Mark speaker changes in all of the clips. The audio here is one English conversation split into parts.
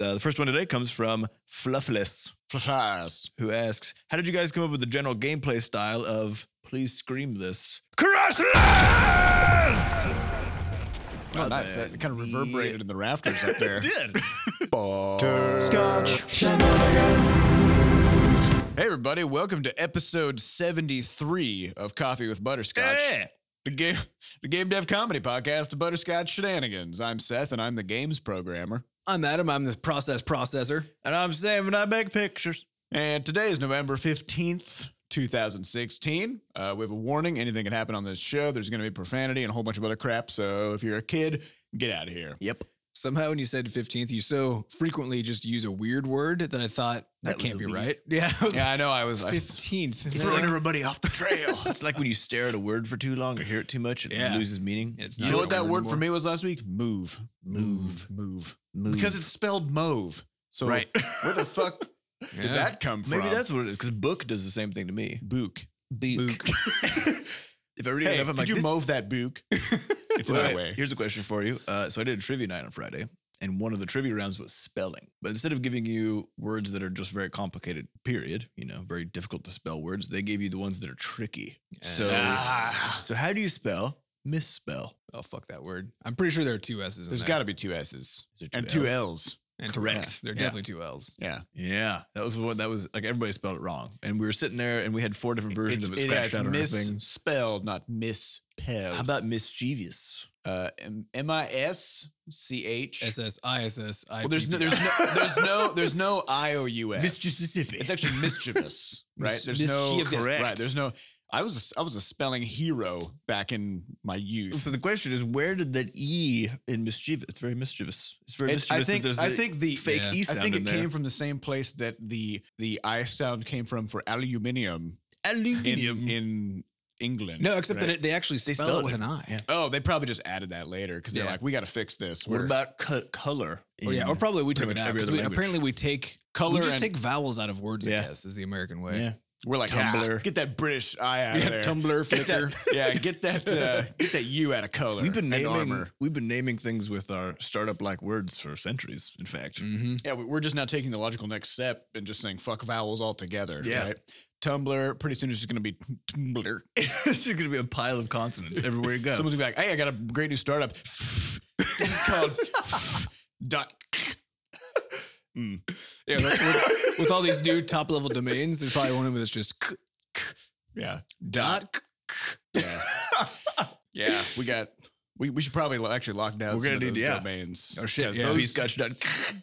Speaker 1: Uh, the first one today comes from Fluffless,
Speaker 2: Flash.
Speaker 1: who asks, "How did you guys come up with the general gameplay style of please scream this Crashlands?"
Speaker 2: Oh, nice. That kind of reverberated in the rafters up there.
Speaker 1: It did.
Speaker 2: Hey, everybody. Welcome to episode 73 of Coffee with Butterscotch.
Speaker 1: Yeah.
Speaker 2: The game, the game dev comedy podcast, the Butterscotch Shenanigans. I'm Seth, and I'm the games programmer.
Speaker 3: I'm Adam. I'm the process processor.
Speaker 1: And I'm Sam, and I make pictures.
Speaker 2: And today is November 15th, 2016. Uh, we have a warning anything can happen on this show. There's going to be profanity and a whole bunch of other crap. So if you're a kid, get out of here.
Speaker 1: Yep.
Speaker 3: Somehow, when you said 15th, you so frequently just use a weird word that I thought that,
Speaker 1: That was
Speaker 3: can't
Speaker 1: a
Speaker 3: be
Speaker 1: leap.
Speaker 3: right. Yeah, I was
Speaker 2: Yeah, I know. I was. I,
Speaker 3: 15th. And
Speaker 1: Throwing
Speaker 3: then-
Speaker 1: everybody off the trail. it's like when you stare at a word for too long or hear it too much, it
Speaker 3: Yeah.
Speaker 1: loses meaning.
Speaker 3: It's
Speaker 2: you
Speaker 3: not
Speaker 2: know
Speaker 3: a
Speaker 2: what that
Speaker 3: word
Speaker 2: word for
Speaker 3: anymore.
Speaker 2: me was last week? Move.
Speaker 1: Move.
Speaker 2: Move.
Speaker 1: Move.
Speaker 2: Because it's spelled mauve. So
Speaker 1: Right.
Speaker 2: where the fuck did
Speaker 3: Yeah.
Speaker 2: that come from?
Speaker 1: Maybe that's what it is. Because book does the same thing to me.
Speaker 2: book.
Speaker 1: Book. if I read
Speaker 2: Hey,
Speaker 1: it enough, I'm
Speaker 2: could
Speaker 1: like,
Speaker 2: you
Speaker 1: this-
Speaker 2: move that book?
Speaker 1: Wait,
Speaker 2: it's my
Speaker 1: wait,
Speaker 2: way.
Speaker 1: Here's a question for you. Uh, so I did a trivia night on Friday, and one of the trivia rounds was spelling. But instead of giving you words that are just very complicated, period, you know, very difficult to spell words, they gave you the ones that are tricky. So,
Speaker 2: Ah.
Speaker 1: so how do you spell misspell?
Speaker 3: oh fuck that word. I'm pretty sure there are two S's. In
Speaker 2: There's
Speaker 3: there.
Speaker 2: got to be two S's
Speaker 1: Is there
Speaker 2: and two L's.
Speaker 3: And
Speaker 1: correct.
Speaker 3: There are
Speaker 2: Yeah.
Speaker 3: definitely two L's.
Speaker 2: Yeah.
Speaker 1: Yeah, that was what that was like. Everybody spelled it wrong, and we were sitting there, and we had four different versions of it
Speaker 2: yeah,
Speaker 1: scratched out on our thing.
Speaker 2: misspelled, not
Speaker 1: How
Speaker 2: misspelled.
Speaker 1: about mischievous?
Speaker 2: Uh, M I S C H.
Speaker 3: S S I E S S I.
Speaker 2: Well, there's no, there's no, there's no, there's no I O U S.
Speaker 1: Mississippi.
Speaker 2: It's actually mischievous, right?
Speaker 1: Mis-
Speaker 2: There's no
Speaker 1: mischievous.
Speaker 2: Right. There's no. I was a s I was a spelling hero back in my youth.
Speaker 1: So the question is, where did that e in mischievous? It's very mischievous. It's very
Speaker 2: It-
Speaker 1: mischievous.
Speaker 2: I
Speaker 1: that
Speaker 2: think
Speaker 1: there's
Speaker 2: I
Speaker 1: a
Speaker 2: think the
Speaker 1: fake
Speaker 3: Yeah.
Speaker 1: e
Speaker 2: I
Speaker 1: sound.
Speaker 2: think
Speaker 1: in
Speaker 2: it
Speaker 1: there.
Speaker 2: came from the same place that the the I sound came from for aluminium in,
Speaker 1: aluminium.
Speaker 2: in England.
Speaker 3: no, except
Speaker 2: right?
Speaker 3: that it, they actually spell,
Speaker 1: spelled
Speaker 3: it with
Speaker 1: it.
Speaker 3: an I.
Speaker 1: Yeah.
Speaker 2: Oh, they probably just added that later because they're
Speaker 3: Yeah.
Speaker 2: like, we got to fix this.
Speaker 1: what
Speaker 2: We're- Oh,
Speaker 1: about co- color?
Speaker 3: Or yeah, or
Speaker 1: in-
Speaker 3: probably we took
Speaker 1: pretty
Speaker 3: it
Speaker 1: much
Speaker 3: out.
Speaker 1: every
Speaker 3: 'cause
Speaker 1: other
Speaker 3: We,
Speaker 1: language.
Speaker 3: apparently, we take
Speaker 2: Color
Speaker 3: We just
Speaker 2: and-
Speaker 3: take vowels out of words.
Speaker 1: Yeah.
Speaker 3: I guess is the American way.
Speaker 1: yeah.
Speaker 2: We're like
Speaker 1: Tumblr.
Speaker 2: "Ah, get that British eye out
Speaker 3: Yeah,
Speaker 2: of there.
Speaker 3: Tumblr,
Speaker 2: Get that-
Speaker 3: Flickr.
Speaker 2: yeah, get that uh, get that U out of color.
Speaker 1: We've been
Speaker 2: and
Speaker 1: naming
Speaker 2: armor.
Speaker 1: we've been naming things with our startup like words for centuries. In fact,
Speaker 3: Mm-hmm.
Speaker 2: Yeah, we- we're just now taking the logical next step and just saying fuck vowels altogether.
Speaker 1: Yeah.
Speaker 2: Right? Tumblr. Pretty soon it's just gonna be Tumblr.
Speaker 1: it's going to be a pile of consonants everywhere you go.
Speaker 2: Someone's gonna be like, hey, I got a great new startup. it's called dot. Hmm.
Speaker 3: Yeah, like, with, with all these new top level domains, there's probably one of them that's just k-
Speaker 2: Yeah.
Speaker 3: dot.
Speaker 2: Yeah. yeah. We got. We, we should probably lo- actually lock down
Speaker 1: We're
Speaker 2: some
Speaker 1: gonna
Speaker 2: of
Speaker 1: need-
Speaker 2: those
Speaker 1: yeah.
Speaker 2: domains.
Speaker 3: Oh shit!
Speaker 2: 'Cause
Speaker 3: Yeah,
Speaker 2: those-
Speaker 3: those,
Speaker 1: Scotch dot.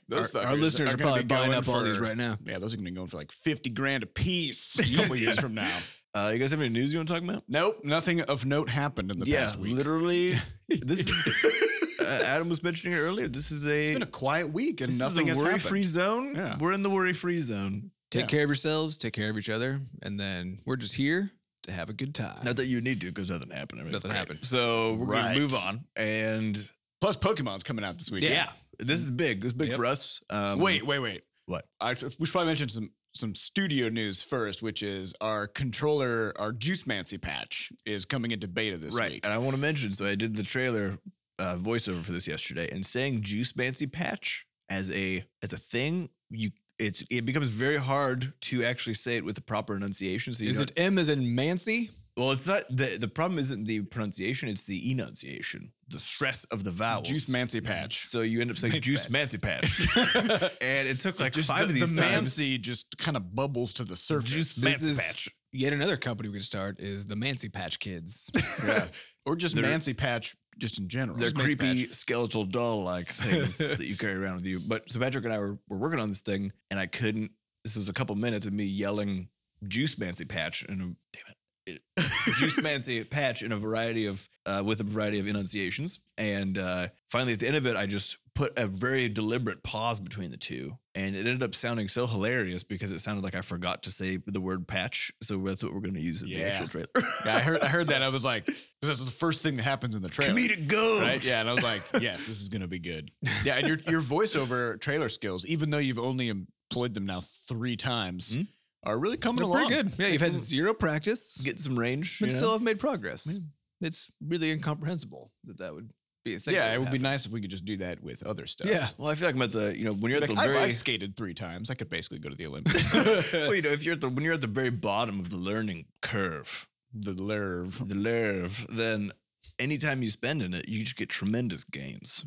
Speaker 2: Those
Speaker 3: our, our
Speaker 2: fuckers
Speaker 3: listeners are,
Speaker 2: gonna
Speaker 3: probably
Speaker 2: be
Speaker 3: buying
Speaker 2: going
Speaker 3: up all these
Speaker 2: for-
Speaker 3: right now.
Speaker 2: Yeah, those are gonna be going for like fifty grand a piece a couple years from now.
Speaker 1: Uh, you guys have any news you want to talk about?
Speaker 2: Nope, nothing of note happened in the
Speaker 1: yeah,
Speaker 2: past week.
Speaker 1: literally. This is, uh, Adam was mentioning it earlier. This is a
Speaker 2: It's been a quiet week and
Speaker 1: this
Speaker 2: nothing
Speaker 1: is
Speaker 2: has
Speaker 1: a
Speaker 2: happened.
Speaker 1: worry-free zone.
Speaker 2: Yeah.
Speaker 1: We're in the worry-free zone.
Speaker 3: Take
Speaker 2: Yeah.
Speaker 3: care of yourselves. Take care of each other, and then we're just here to have a good time.
Speaker 1: Not that you need to, because nothing happened. I mean,
Speaker 3: Nothing
Speaker 1: great.
Speaker 3: happened.
Speaker 1: So we're
Speaker 2: Right.
Speaker 1: gonna move on. And
Speaker 2: Plus, Pokemon's coming out this week.
Speaker 1: yeah, this is big. This is big
Speaker 3: Yep.
Speaker 1: for us. Um,
Speaker 2: Wait, wait, wait.
Speaker 1: What?
Speaker 2: I, sh- we should probably mention some some studio news first, which is our controller, our Juice Mancy patch is coming into beta this
Speaker 1: right.
Speaker 2: week.
Speaker 1: And I want to mention, so I did the trailer uh, voiceover for this yesterday, and saying Juice Bancy Patch as a as a thing, you it's it becomes very hard to actually say it with the proper enunciation. So you
Speaker 3: Is
Speaker 1: don't-
Speaker 3: it M as in Mancy?
Speaker 1: Well, it's not the the problem isn't the pronunciation; it's the enunciation, the stress of the vowels.
Speaker 2: Juice Mancy patch.
Speaker 1: So you end up saying Juice Mancy Patch, and it took like five
Speaker 2: the,
Speaker 1: of these
Speaker 2: the
Speaker 1: times.
Speaker 2: Mancy just kind of bubbles to the surface.
Speaker 1: Juice
Speaker 3: This
Speaker 1: Mancy
Speaker 3: is-
Speaker 1: Patch.
Speaker 3: Yet another company we could start is the Mancy Patch Kids.
Speaker 2: Yeah. or just
Speaker 1: They're-
Speaker 2: Mancy patch just in general.
Speaker 1: They're
Speaker 2: Just Mancy
Speaker 1: creepy
Speaker 2: patch.
Speaker 1: skeletal doll like things that you carry around with you. But so Patrick and I were, were working on this thing, and I couldn't. This was a couple minutes of me yelling Juice Mancy Patch and damn it. it- Juice Mancy patch in a variety of uh, with a variety of enunciations, and uh, finally at the end of it, I just put a very deliberate pause between the two, and it ended up sounding so hilarious because it sounded like I forgot to say the word patch. So that's what we're going to use in
Speaker 2: Yeah.
Speaker 1: the actual trailer.
Speaker 2: Yeah, I heard I heard that. I was like, because that's the first thing that happens in the trailer.
Speaker 1: Comedic gold.
Speaker 2: Right? Yeah, and I was like, yes, this is gonna be good. Yeah, and your your voiceover trailer skills, even though you've only employed them now three times,
Speaker 1: Mhm.
Speaker 2: are really coming
Speaker 3: They're
Speaker 2: along.
Speaker 3: pretty good. Yeah, you've had zero practice,
Speaker 1: Get some range.
Speaker 3: but
Speaker 1: you know?
Speaker 3: still have made progress. It's really incomprehensible that that would be a thing.
Speaker 2: Yeah,
Speaker 3: that
Speaker 2: it would be
Speaker 3: happen.
Speaker 2: nice if we could just do that with other stuff.
Speaker 3: Yeah.
Speaker 1: Well, I feel like I'm at the you know when you're at
Speaker 2: Like,
Speaker 1: the
Speaker 2: I've,
Speaker 1: very
Speaker 2: I've skated three times. I could basically go to the Olympics.
Speaker 1: well, you know if you're at the when you're at the very bottom of the learning curve,
Speaker 2: the lerv.
Speaker 1: the lerve, then anytime you spend in it, you just get tremendous gains.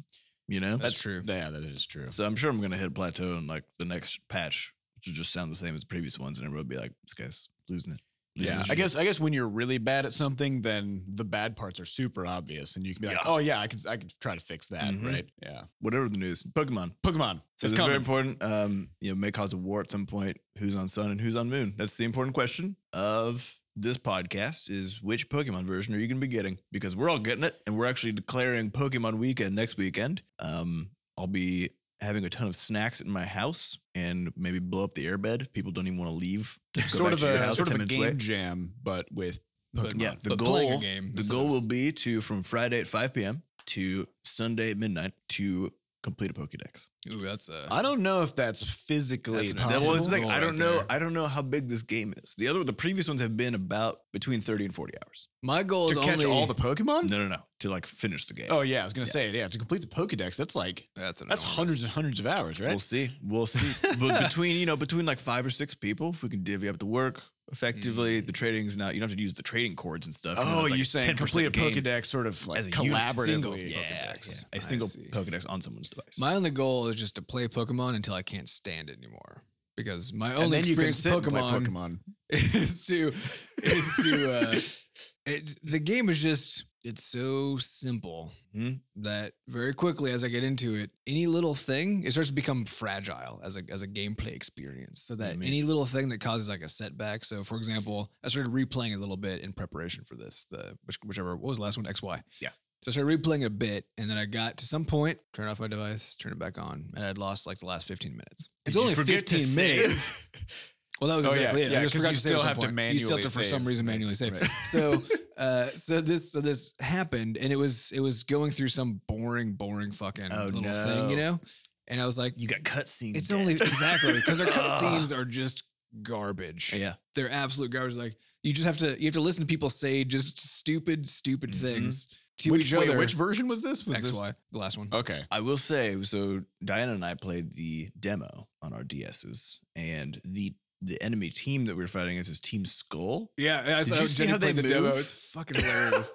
Speaker 1: You know,
Speaker 3: That's true.
Speaker 2: Yeah, that is true.
Speaker 1: so I'm sure I'm gonna hit a plateau and like the next patch should just sound the same as the previous ones, and everyone will be like, "This guy's losing it." losing
Speaker 2: Yeah,
Speaker 1: his
Speaker 2: I
Speaker 1: shit."
Speaker 2: guess I guess when you're really bad at something, then the bad parts are super obvious, and you can be like, "Oh yeah, I could I could try to fix that."
Speaker 1: Mhm.
Speaker 2: Right? Yeah.
Speaker 1: whatever the news, Pokemon.
Speaker 2: Pokemon.
Speaker 1: So
Speaker 2: it's
Speaker 1: this is very
Speaker 2: coming.
Speaker 1: important. Um, you know, may cause a war at some point. Who's on sun and who's on moon? That's the important question of this podcast is which Pokemon version are you going to be getting? Because we're all getting it, and we're actually declaring Pokemon weekend next weekend. Um, I'll be having a ton of snacks in my house and maybe blow up the airbed if people don't even want to leave. to go
Speaker 2: sort
Speaker 1: back
Speaker 2: of
Speaker 1: to your
Speaker 2: a
Speaker 1: house
Speaker 2: sort
Speaker 1: 10
Speaker 2: of a
Speaker 1: minutes
Speaker 2: game
Speaker 1: away.
Speaker 2: jam, but with
Speaker 3: But-
Speaker 2: Pokemon.
Speaker 1: Yeah, the
Speaker 3: But playing a
Speaker 1: goal.
Speaker 3: game
Speaker 1: the
Speaker 3: instead
Speaker 1: goal
Speaker 3: of-
Speaker 1: will be to from Friday at five p.m. to Sunday at midnight to complete a Pokédex.
Speaker 3: Ooh, that's a.
Speaker 2: I don't know if that's physically
Speaker 3: That's an
Speaker 1: That
Speaker 2: possible.
Speaker 1: was the thing.
Speaker 3: goal
Speaker 1: I
Speaker 3: right
Speaker 1: don't know.
Speaker 3: there.
Speaker 1: I don't know how big this game is. The other, the previous ones have been about between thirty and forty hours.
Speaker 3: my goal
Speaker 2: to
Speaker 3: is
Speaker 2: catch
Speaker 3: only
Speaker 2: all the Pokemon.
Speaker 1: No, no, no. To like finish the game.
Speaker 2: Um, Oh yeah, I was gonna say yeah. To complete the Pokedex, that's like that's
Speaker 3: That's, enormous.
Speaker 2: hundreds and hundreds of hours, right?
Speaker 1: We'll see. We'll see. but between you know between like five or six people, if we can divvy up the work effectively, the trading's not. You don't have to use the trading cords and stuff.
Speaker 2: Mm. oh,
Speaker 1: it's like
Speaker 2: you saying
Speaker 1: 10%
Speaker 2: complete a
Speaker 1: game
Speaker 2: Pokedex sort of like
Speaker 1: as a huge single-
Speaker 2: collaboratively?
Speaker 1: yeah,
Speaker 3: Pokedex.
Speaker 1: yeah,
Speaker 3: I
Speaker 1: a single
Speaker 3: see.
Speaker 1: Pokedex on someone's device.
Speaker 3: My only goal is just to play Pokemon until I can't stand it anymore. Because my
Speaker 2: And
Speaker 3: only
Speaker 2: then you can
Speaker 3: experience
Speaker 2: sit
Speaker 3: with
Speaker 2: Pokemon.
Speaker 3: Pokemon,
Speaker 2: Pokemon.
Speaker 3: is to is to uh, it. The game is just it's so simple
Speaker 1: Mhm.
Speaker 3: that very quickly as I get into it, any little thing it starts to become fragile as a as a gameplay experience. So that
Speaker 1: mean?
Speaker 3: any little thing that causes like a setback. So for example, I started replaying a little bit in preparation for this. The which, whichever what was the last one X Y.
Speaker 1: Yeah.
Speaker 3: So I started replaying a bit, and then I got to some point, turn off my device, turn it back on, and I'd lost like the last 15 minutes.
Speaker 1: Did you forget to save?
Speaker 3: Well, that was
Speaker 2: Oh,
Speaker 3: exactly
Speaker 2: yeah,
Speaker 3: it.
Speaker 2: yeah,
Speaker 3: I just
Speaker 2: 'cause
Speaker 3: forgot
Speaker 2: you
Speaker 3: to save at
Speaker 2: still
Speaker 3: some
Speaker 2: have to
Speaker 3: point. You still have
Speaker 2: manually
Speaker 3: to, for some
Speaker 2: save,
Speaker 3: reason,
Speaker 2: right,
Speaker 3: manually save.
Speaker 2: right.
Speaker 3: So, uh, so this, so this happened, and it was, it was going through some boring, boring fucking
Speaker 1: Oh,
Speaker 3: little
Speaker 1: no.
Speaker 3: thing, you know. And I was like,
Speaker 1: you got cutscenes.
Speaker 3: it's only exactly because their
Speaker 1: Ugh.
Speaker 3: cutscenes are just garbage.
Speaker 1: yeah.
Speaker 3: They're absolute garbage. Like you just have to, you have to listen to people say just stupid, stupid
Speaker 1: Mhm.
Speaker 3: things to
Speaker 2: Mm-hmm. Which,
Speaker 3: each
Speaker 2: wait,
Speaker 3: other.
Speaker 2: which version was this? Was
Speaker 3: X,
Speaker 2: this- Oh.
Speaker 3: Y, the last one.
Speaker 2: Okay.
Speaker 1: I will say, so Diana and I played the demo on our DSs, and the the enemy team that we were fighting against is Team Skull.
Speaker 3: Yeah, I
Speaker 1: Did you see how
Speaker 3: played
Speaker 1: they move?
Speaker 3: It's fucking hilarious.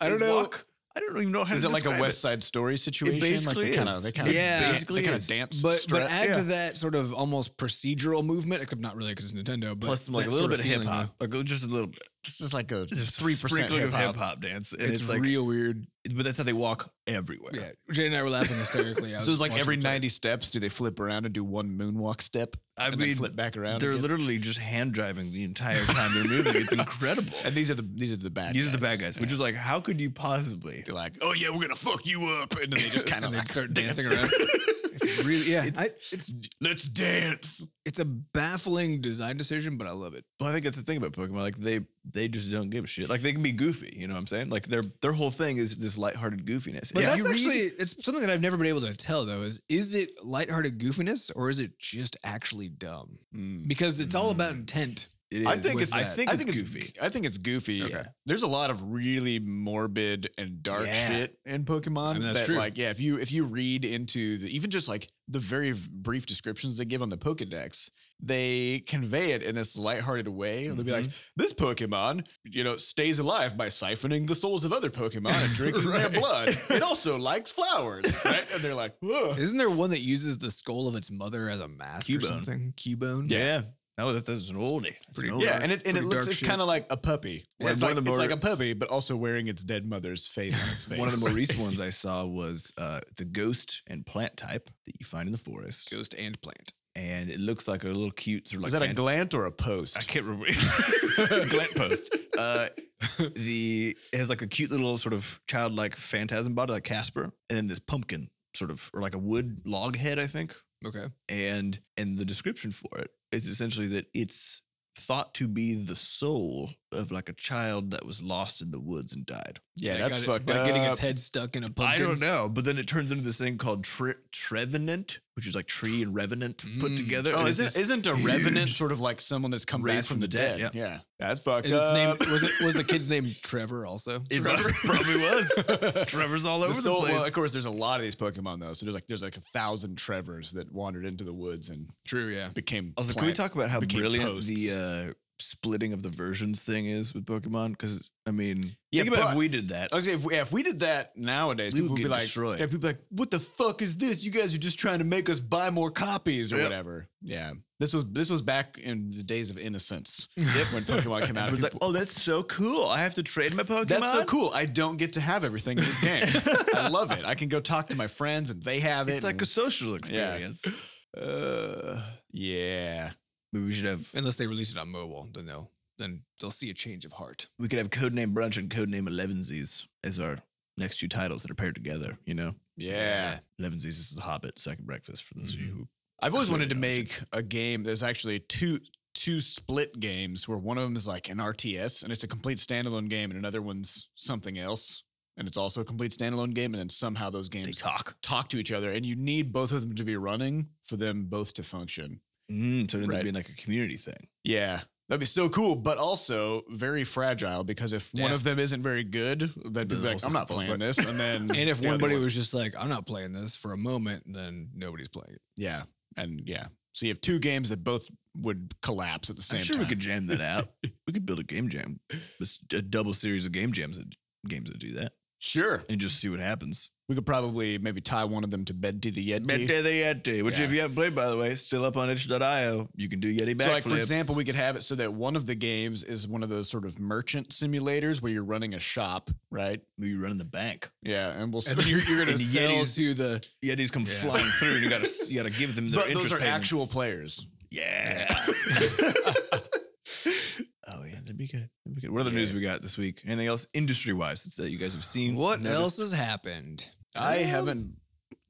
Speaker 3: I
Speaker 1: They
Speaker 3: don't know.
Speaker 1: walk- I don't even know how
Speaker 2: Is
Speaker 1: to
Speaker 2: it like a
Speaker 1: describe
Speaker 2: West Side Story situation? like
Speaker 1: basically
Speaker 2: they kind
Speaker 1: is.
Speaker 2: of they kind of
Speaker 3: Yeah.
Speaker 2: yeah,
Speaker 1: Basically
Speaker 2: they kind
Speaker 1: is.
Speaker 2: of dance.
Speaker 3: But
Speaker 2: strut.
Speaker 3: but add
Speaker 2: Yeah.
Speaker 3: to that sort of almost procedural movement, except not really because it's Nintendo. But
Speaker 1: Plus, some, like a
Speaker 3: that
Speaker 1: little
Speaker 3: sort
Speaker 1: bit of hip
Speaker 3: feeling,
Speaker 1: hop, like just a little,
Speaker 2: this is like a
Speaker 1: just
Speaker 2: three percent
Speaker 1: sprinkling
Speaker 2: hip
Speaker 1: of hip
Speaker 2: hop.
Speaker 1: hop dance,
Speaker 3: though.
Speaker 1: and
Speaker 3: It's,
Speaker 1: it's, like,
Speaker 3: real weird.
Speaker 1: but that's how they walk everywhere.
Speaker 3: Yeah, Jay and I were laughing hysterically. I
Speaker 2: So it's like
Speaker 3: watching
Speaker 2: every
Speaker 3: it play.
Speaker 2: ninety steps, do they flip around and do one moonwalk step?
Speaker 1: I
Speaker 2: and
Speaker 1: mean,
Speaker 2: then flip back around.
Speaker 1: they're
Speaker 2: again?
Speaker 1: literally just hand driving the entire time they're moving. It's incredible.
Speaker 2: and these are the these are the bad.
Speaker 1: These
Speaker 2: guys.
Speaker 1: are the bad guys, which is like, how could you possibly?
Speaker 2: They're like, oh yeah, we're gonna fuck you up, and then they just kind of
Speaker 3: And they'd
Speaker 2: like
Speaker 3: start
Speaker 2: dance.
Speaker 3: dancing around. It's really yeah.
Speaker 1: It's-
Speaker 3: I, it's
Speaker 2: Let's dance.
Speaker 3: it's a baffling design decision, but I love it.
Speaker 1: Well, I think that's the thing about Pokemon. Like they they just don't give a shit. Like they can be goofy. You know what I'm saying? Like their their whole thing is this lighthearted goofiness.
Speaker 3: But
Speaker 1: If
Speaker 3: that's
Speaker 1: you read-
Speaker 3: actually it's something that I've never been able to tell though. Is is it lighthearted goofiness or is it just actually dumb?
Speaker 2: Hmm.
Speaker 3: Because it's all about intent.
Speaker 1: it is.
Speaker 2: I think
Speaker 3: with
Speaker 2: it's. I
Speaker 3: that.
Speaker 2: think,
Speaker 1: I
Speaker 2: it's, goofy. I think it's goofy.
Speaker 1: Okay.
Speaker 2: There's a lot of really morbid and dark
Speaker 1: Yeah.
Speaker 2: shit in Pokemon.
Speaker 3: I mean, that's
Speaker 2: that,
Speaker 3: true.
Speaker 2: Like, yeah, if you if you read into the even just like the very brief descriptions they give on the Pokedex, they convey it in this lighthearted way. They'll be like,
Speaker 1: Mm-hmm.
Speaker 2: "This Pokemon, you know, stays alive by siphoning the souls of other Pokemon and drinking their blood. It also likes flowers." Right? And they're like, "Whoa."
Speaker 3: Isn't there one that uses the skull of its mother as a mask
Speaker 1: Cubone.
Speaker 3: or something? Cubone.
Speaker 1: Yeah. No, that, that's an oldie. That's an
Speaker 3: Pretty-
Speaker 1: oldie.
Speaker 2: Yeah, and it and it
Speaker 3: Pretty
Speaker 2: looks
Speaker 3: dark
Speaker 2: it's
Speaker 3: shit.
Speaker 2: kind of like a puppy.
Speaker 1: Yeah,
Speaker 2: it's,
Speaker 1: one
Speaker 2: like,
Speaker 1: of the
Speaker 2: it's
Speaker 1: more-
Speaker 2: like a puppy, but also wearing its dead mother's face on its face.
Speaker 1: One of the more recent ones I saw was uh, it's a ghost and plant type that you find in the forest,
Speaker 3: Ghost and plant.
Speaker 1: and it looks like a little cute sort of like
Speaker 2: Is that a
Speaker 1: fan-
Speaker 2: glant or a post?
Speaker 1: I can't remember. it's a glant post. Uh, the it has like a cute little sort of childlike phantasm body like Casper, and then this pumpkin sort of or like a wood log head, I think.
Speaker 3: Okay.
Speaker 1: and and the description for it is essentially that it's thought to be the soul of like a child that was lost in the woods and died.
Speaker 2: Yeah,
Speaker 3: Like,
Speaker 2: that's
Speaker 3: got it-
Speaker 2: fucked
Speaker 3: by
Speaker 2: up.
Speaker 3: getting its head stuck in a pumpkin.
Speaker 1: I don't know, but then it turns into this thing called tre- Trevenant, which is like tree and revenant put
Speaker 3: Mm.
Speaker 1: together.
Speaker 2: Oh,
Speaker 1: And it's
Speaker 2: isn't
Speaker 1: this-
Speaker 2: isn't a
Speaker 1: huge-
Speaker 2: revenant sort of like someone that's come back
Speaker 1: Raised
Speaker 2: from,
Speaker 1: from
Speaker 2: the,
Speaker 1: the
Speaker 2: dead?
Speaker 1: dead,
Speaker 2: Yeah, that's fucked
Speaker 3: Is its
Speaker 2: up.
Speaker 3: name was it was the kid's name Trevor also?
Speaker 1: it probably was. Trevor's all over
Speaker 2: The
Speaker 1: the,
Speaker 2: soul-
Speaker 1: place.
Speaker 2: Well, of course, there's a lot of these Pokemon though, so there's like there's like a thousand Trevors that wandered into the woods and
Speaker 3: True, yeah.
Speaker 2: became.
Speaker 1: Also, can we
Speaker 2: plant-
Speaker 1: talk about how
Speaker 2: became
Speaker 1: brilliant
Speaker 2: posts.
Speaker 1: the uh, splitting of the versions thing is with Pokemon? Because I mean,
Speaker 2: Yeah,
Speaker 1: think about
Speaker 2: but-
Speaker 1: if we did that.
Speaker 2: I was gonna say, if, we, yeah, if we did that nowadays,
Speaker 1: We
Speaker 2: people
Speaker 1: would
Speaker 2: would be
Speaker 1: get
Speaker 2: like,
Speaker 1: destroyed.
Speaker 2: yeah, people be like, what the fuck is this? You guys are just trying to make us buy more copies or
Speaker 1: Yep.
Speaker 2: whatever. Yeah, this was this was back in the days of innocence when Pokemon came out.
Speaker 1: Everyone's like,
Speaker 2: people-
Speaker 1: oh, that's so cool. I have to trade my Pokemon.
Speaker 2: that's so cool. I don't get to have everything in this game. I love it. I can go talk to my friends and they have it.
Speaker 1: It's like a social experience.
Speaker 2: a uh, yeah.
Speaker 1: Maybe we should have
Speaker 3: Unless they release it on mobile, then they'll then they'll see a change of heart.
Speaker 1: we could have codename brunch and codename elevensies as our next two titles that are paired together, you know?
Speaker 2: Yeah. Mm-hmm.
Speaker 1: Elevensies is the Hobbit, second breakfast for those of you who
Speaker 2: I've always wanted to
Speaker 1: Really
Speaker 2: make a game. There's actually two two split games where one of them is like an RTS and it's a complete standalone game, and another one's something else, and it's also a complete standalone game. And then somehow those
Speaker 1: they
Speaker 2: games
Speaker 1: talk.
Speaker 2: talk to each other, and you need both of them to be running for them both to function.
Speaker 1: Mm, so it ends
Speaker 2: Right.
Speaker 1: up being like a community thing.
Speaker 2: Yeah. That'd be so cool, but also very fragile because if one
Speaker 3: Yeah.
Speaker 2: of them isn't very good, then
Speaker 1: The
Speaker 2: people be like,
Speaker 1: whole
Speaker 2: I'm not
Speaker 1: system
Speaker 2: playing
Speaker 1: falls
Speaker 2: this. And then
Speaker 3: And if
Speaker 2: the
Speaker 3: one
Speaker 2: other
Speaker 3: buddy
Speaker 2: one-
Speaker 3: was just like, I'm not playing this for a moment, then nobody's playing it.
Speaker 2: Yeah. And yeah. So you have two games that both would collapse at the same
Speaker 1: I'm sure
Speaker 2: time.
Speaker 1: we could jam that out. we could build a game jam, this- a double series of game jams that games that do that,
Speaker 2: sure.
Speaker 1: and just see what happens.
Speaker 2: We could probably maybe tie one of them to Bed to the Yeti.
Speaker 1: Mete the Yeti, which
Speaker 2: Yeah.
Speaker 1: if you haven't played, by the way, still up on itch.io. You can do Yeti backflips.
Speaker 2: So, like for example, we could have it so that one of the games is one of those sort of merchant simulators where you're running a shop, right?
Speaker 1: maybe you run in the bank.
Speaker 2: Yeah, and we'll
Speaker 3: And then you're, you're gonna
Speaker 1: And
Speaker 3: sell
Speaker 1: Yetis-
Speaker 3: to the
Speaker 1: Yetis come
Speaker 3: Yeah.
Speaker 1: flying through, and you gotta you gotta give them their
Speaker 2: but those
Speaker 1: interest
Speaker 2: are
Speaker 1: payments.
Speaker 2: actual players.
Speaker 1: Yeah. oh yeah, that'd be good. That'd be good. What other news
Speaker 2: Yeah.
Speaker 1: we got this week? Anything else industry wise that you guys have seen?
Speaker 3: what
Speaker 1: noticed?
Speaker 3: else has happened?
Speaker 2: I
Speaker 1: Um,
Speaker 2: haven't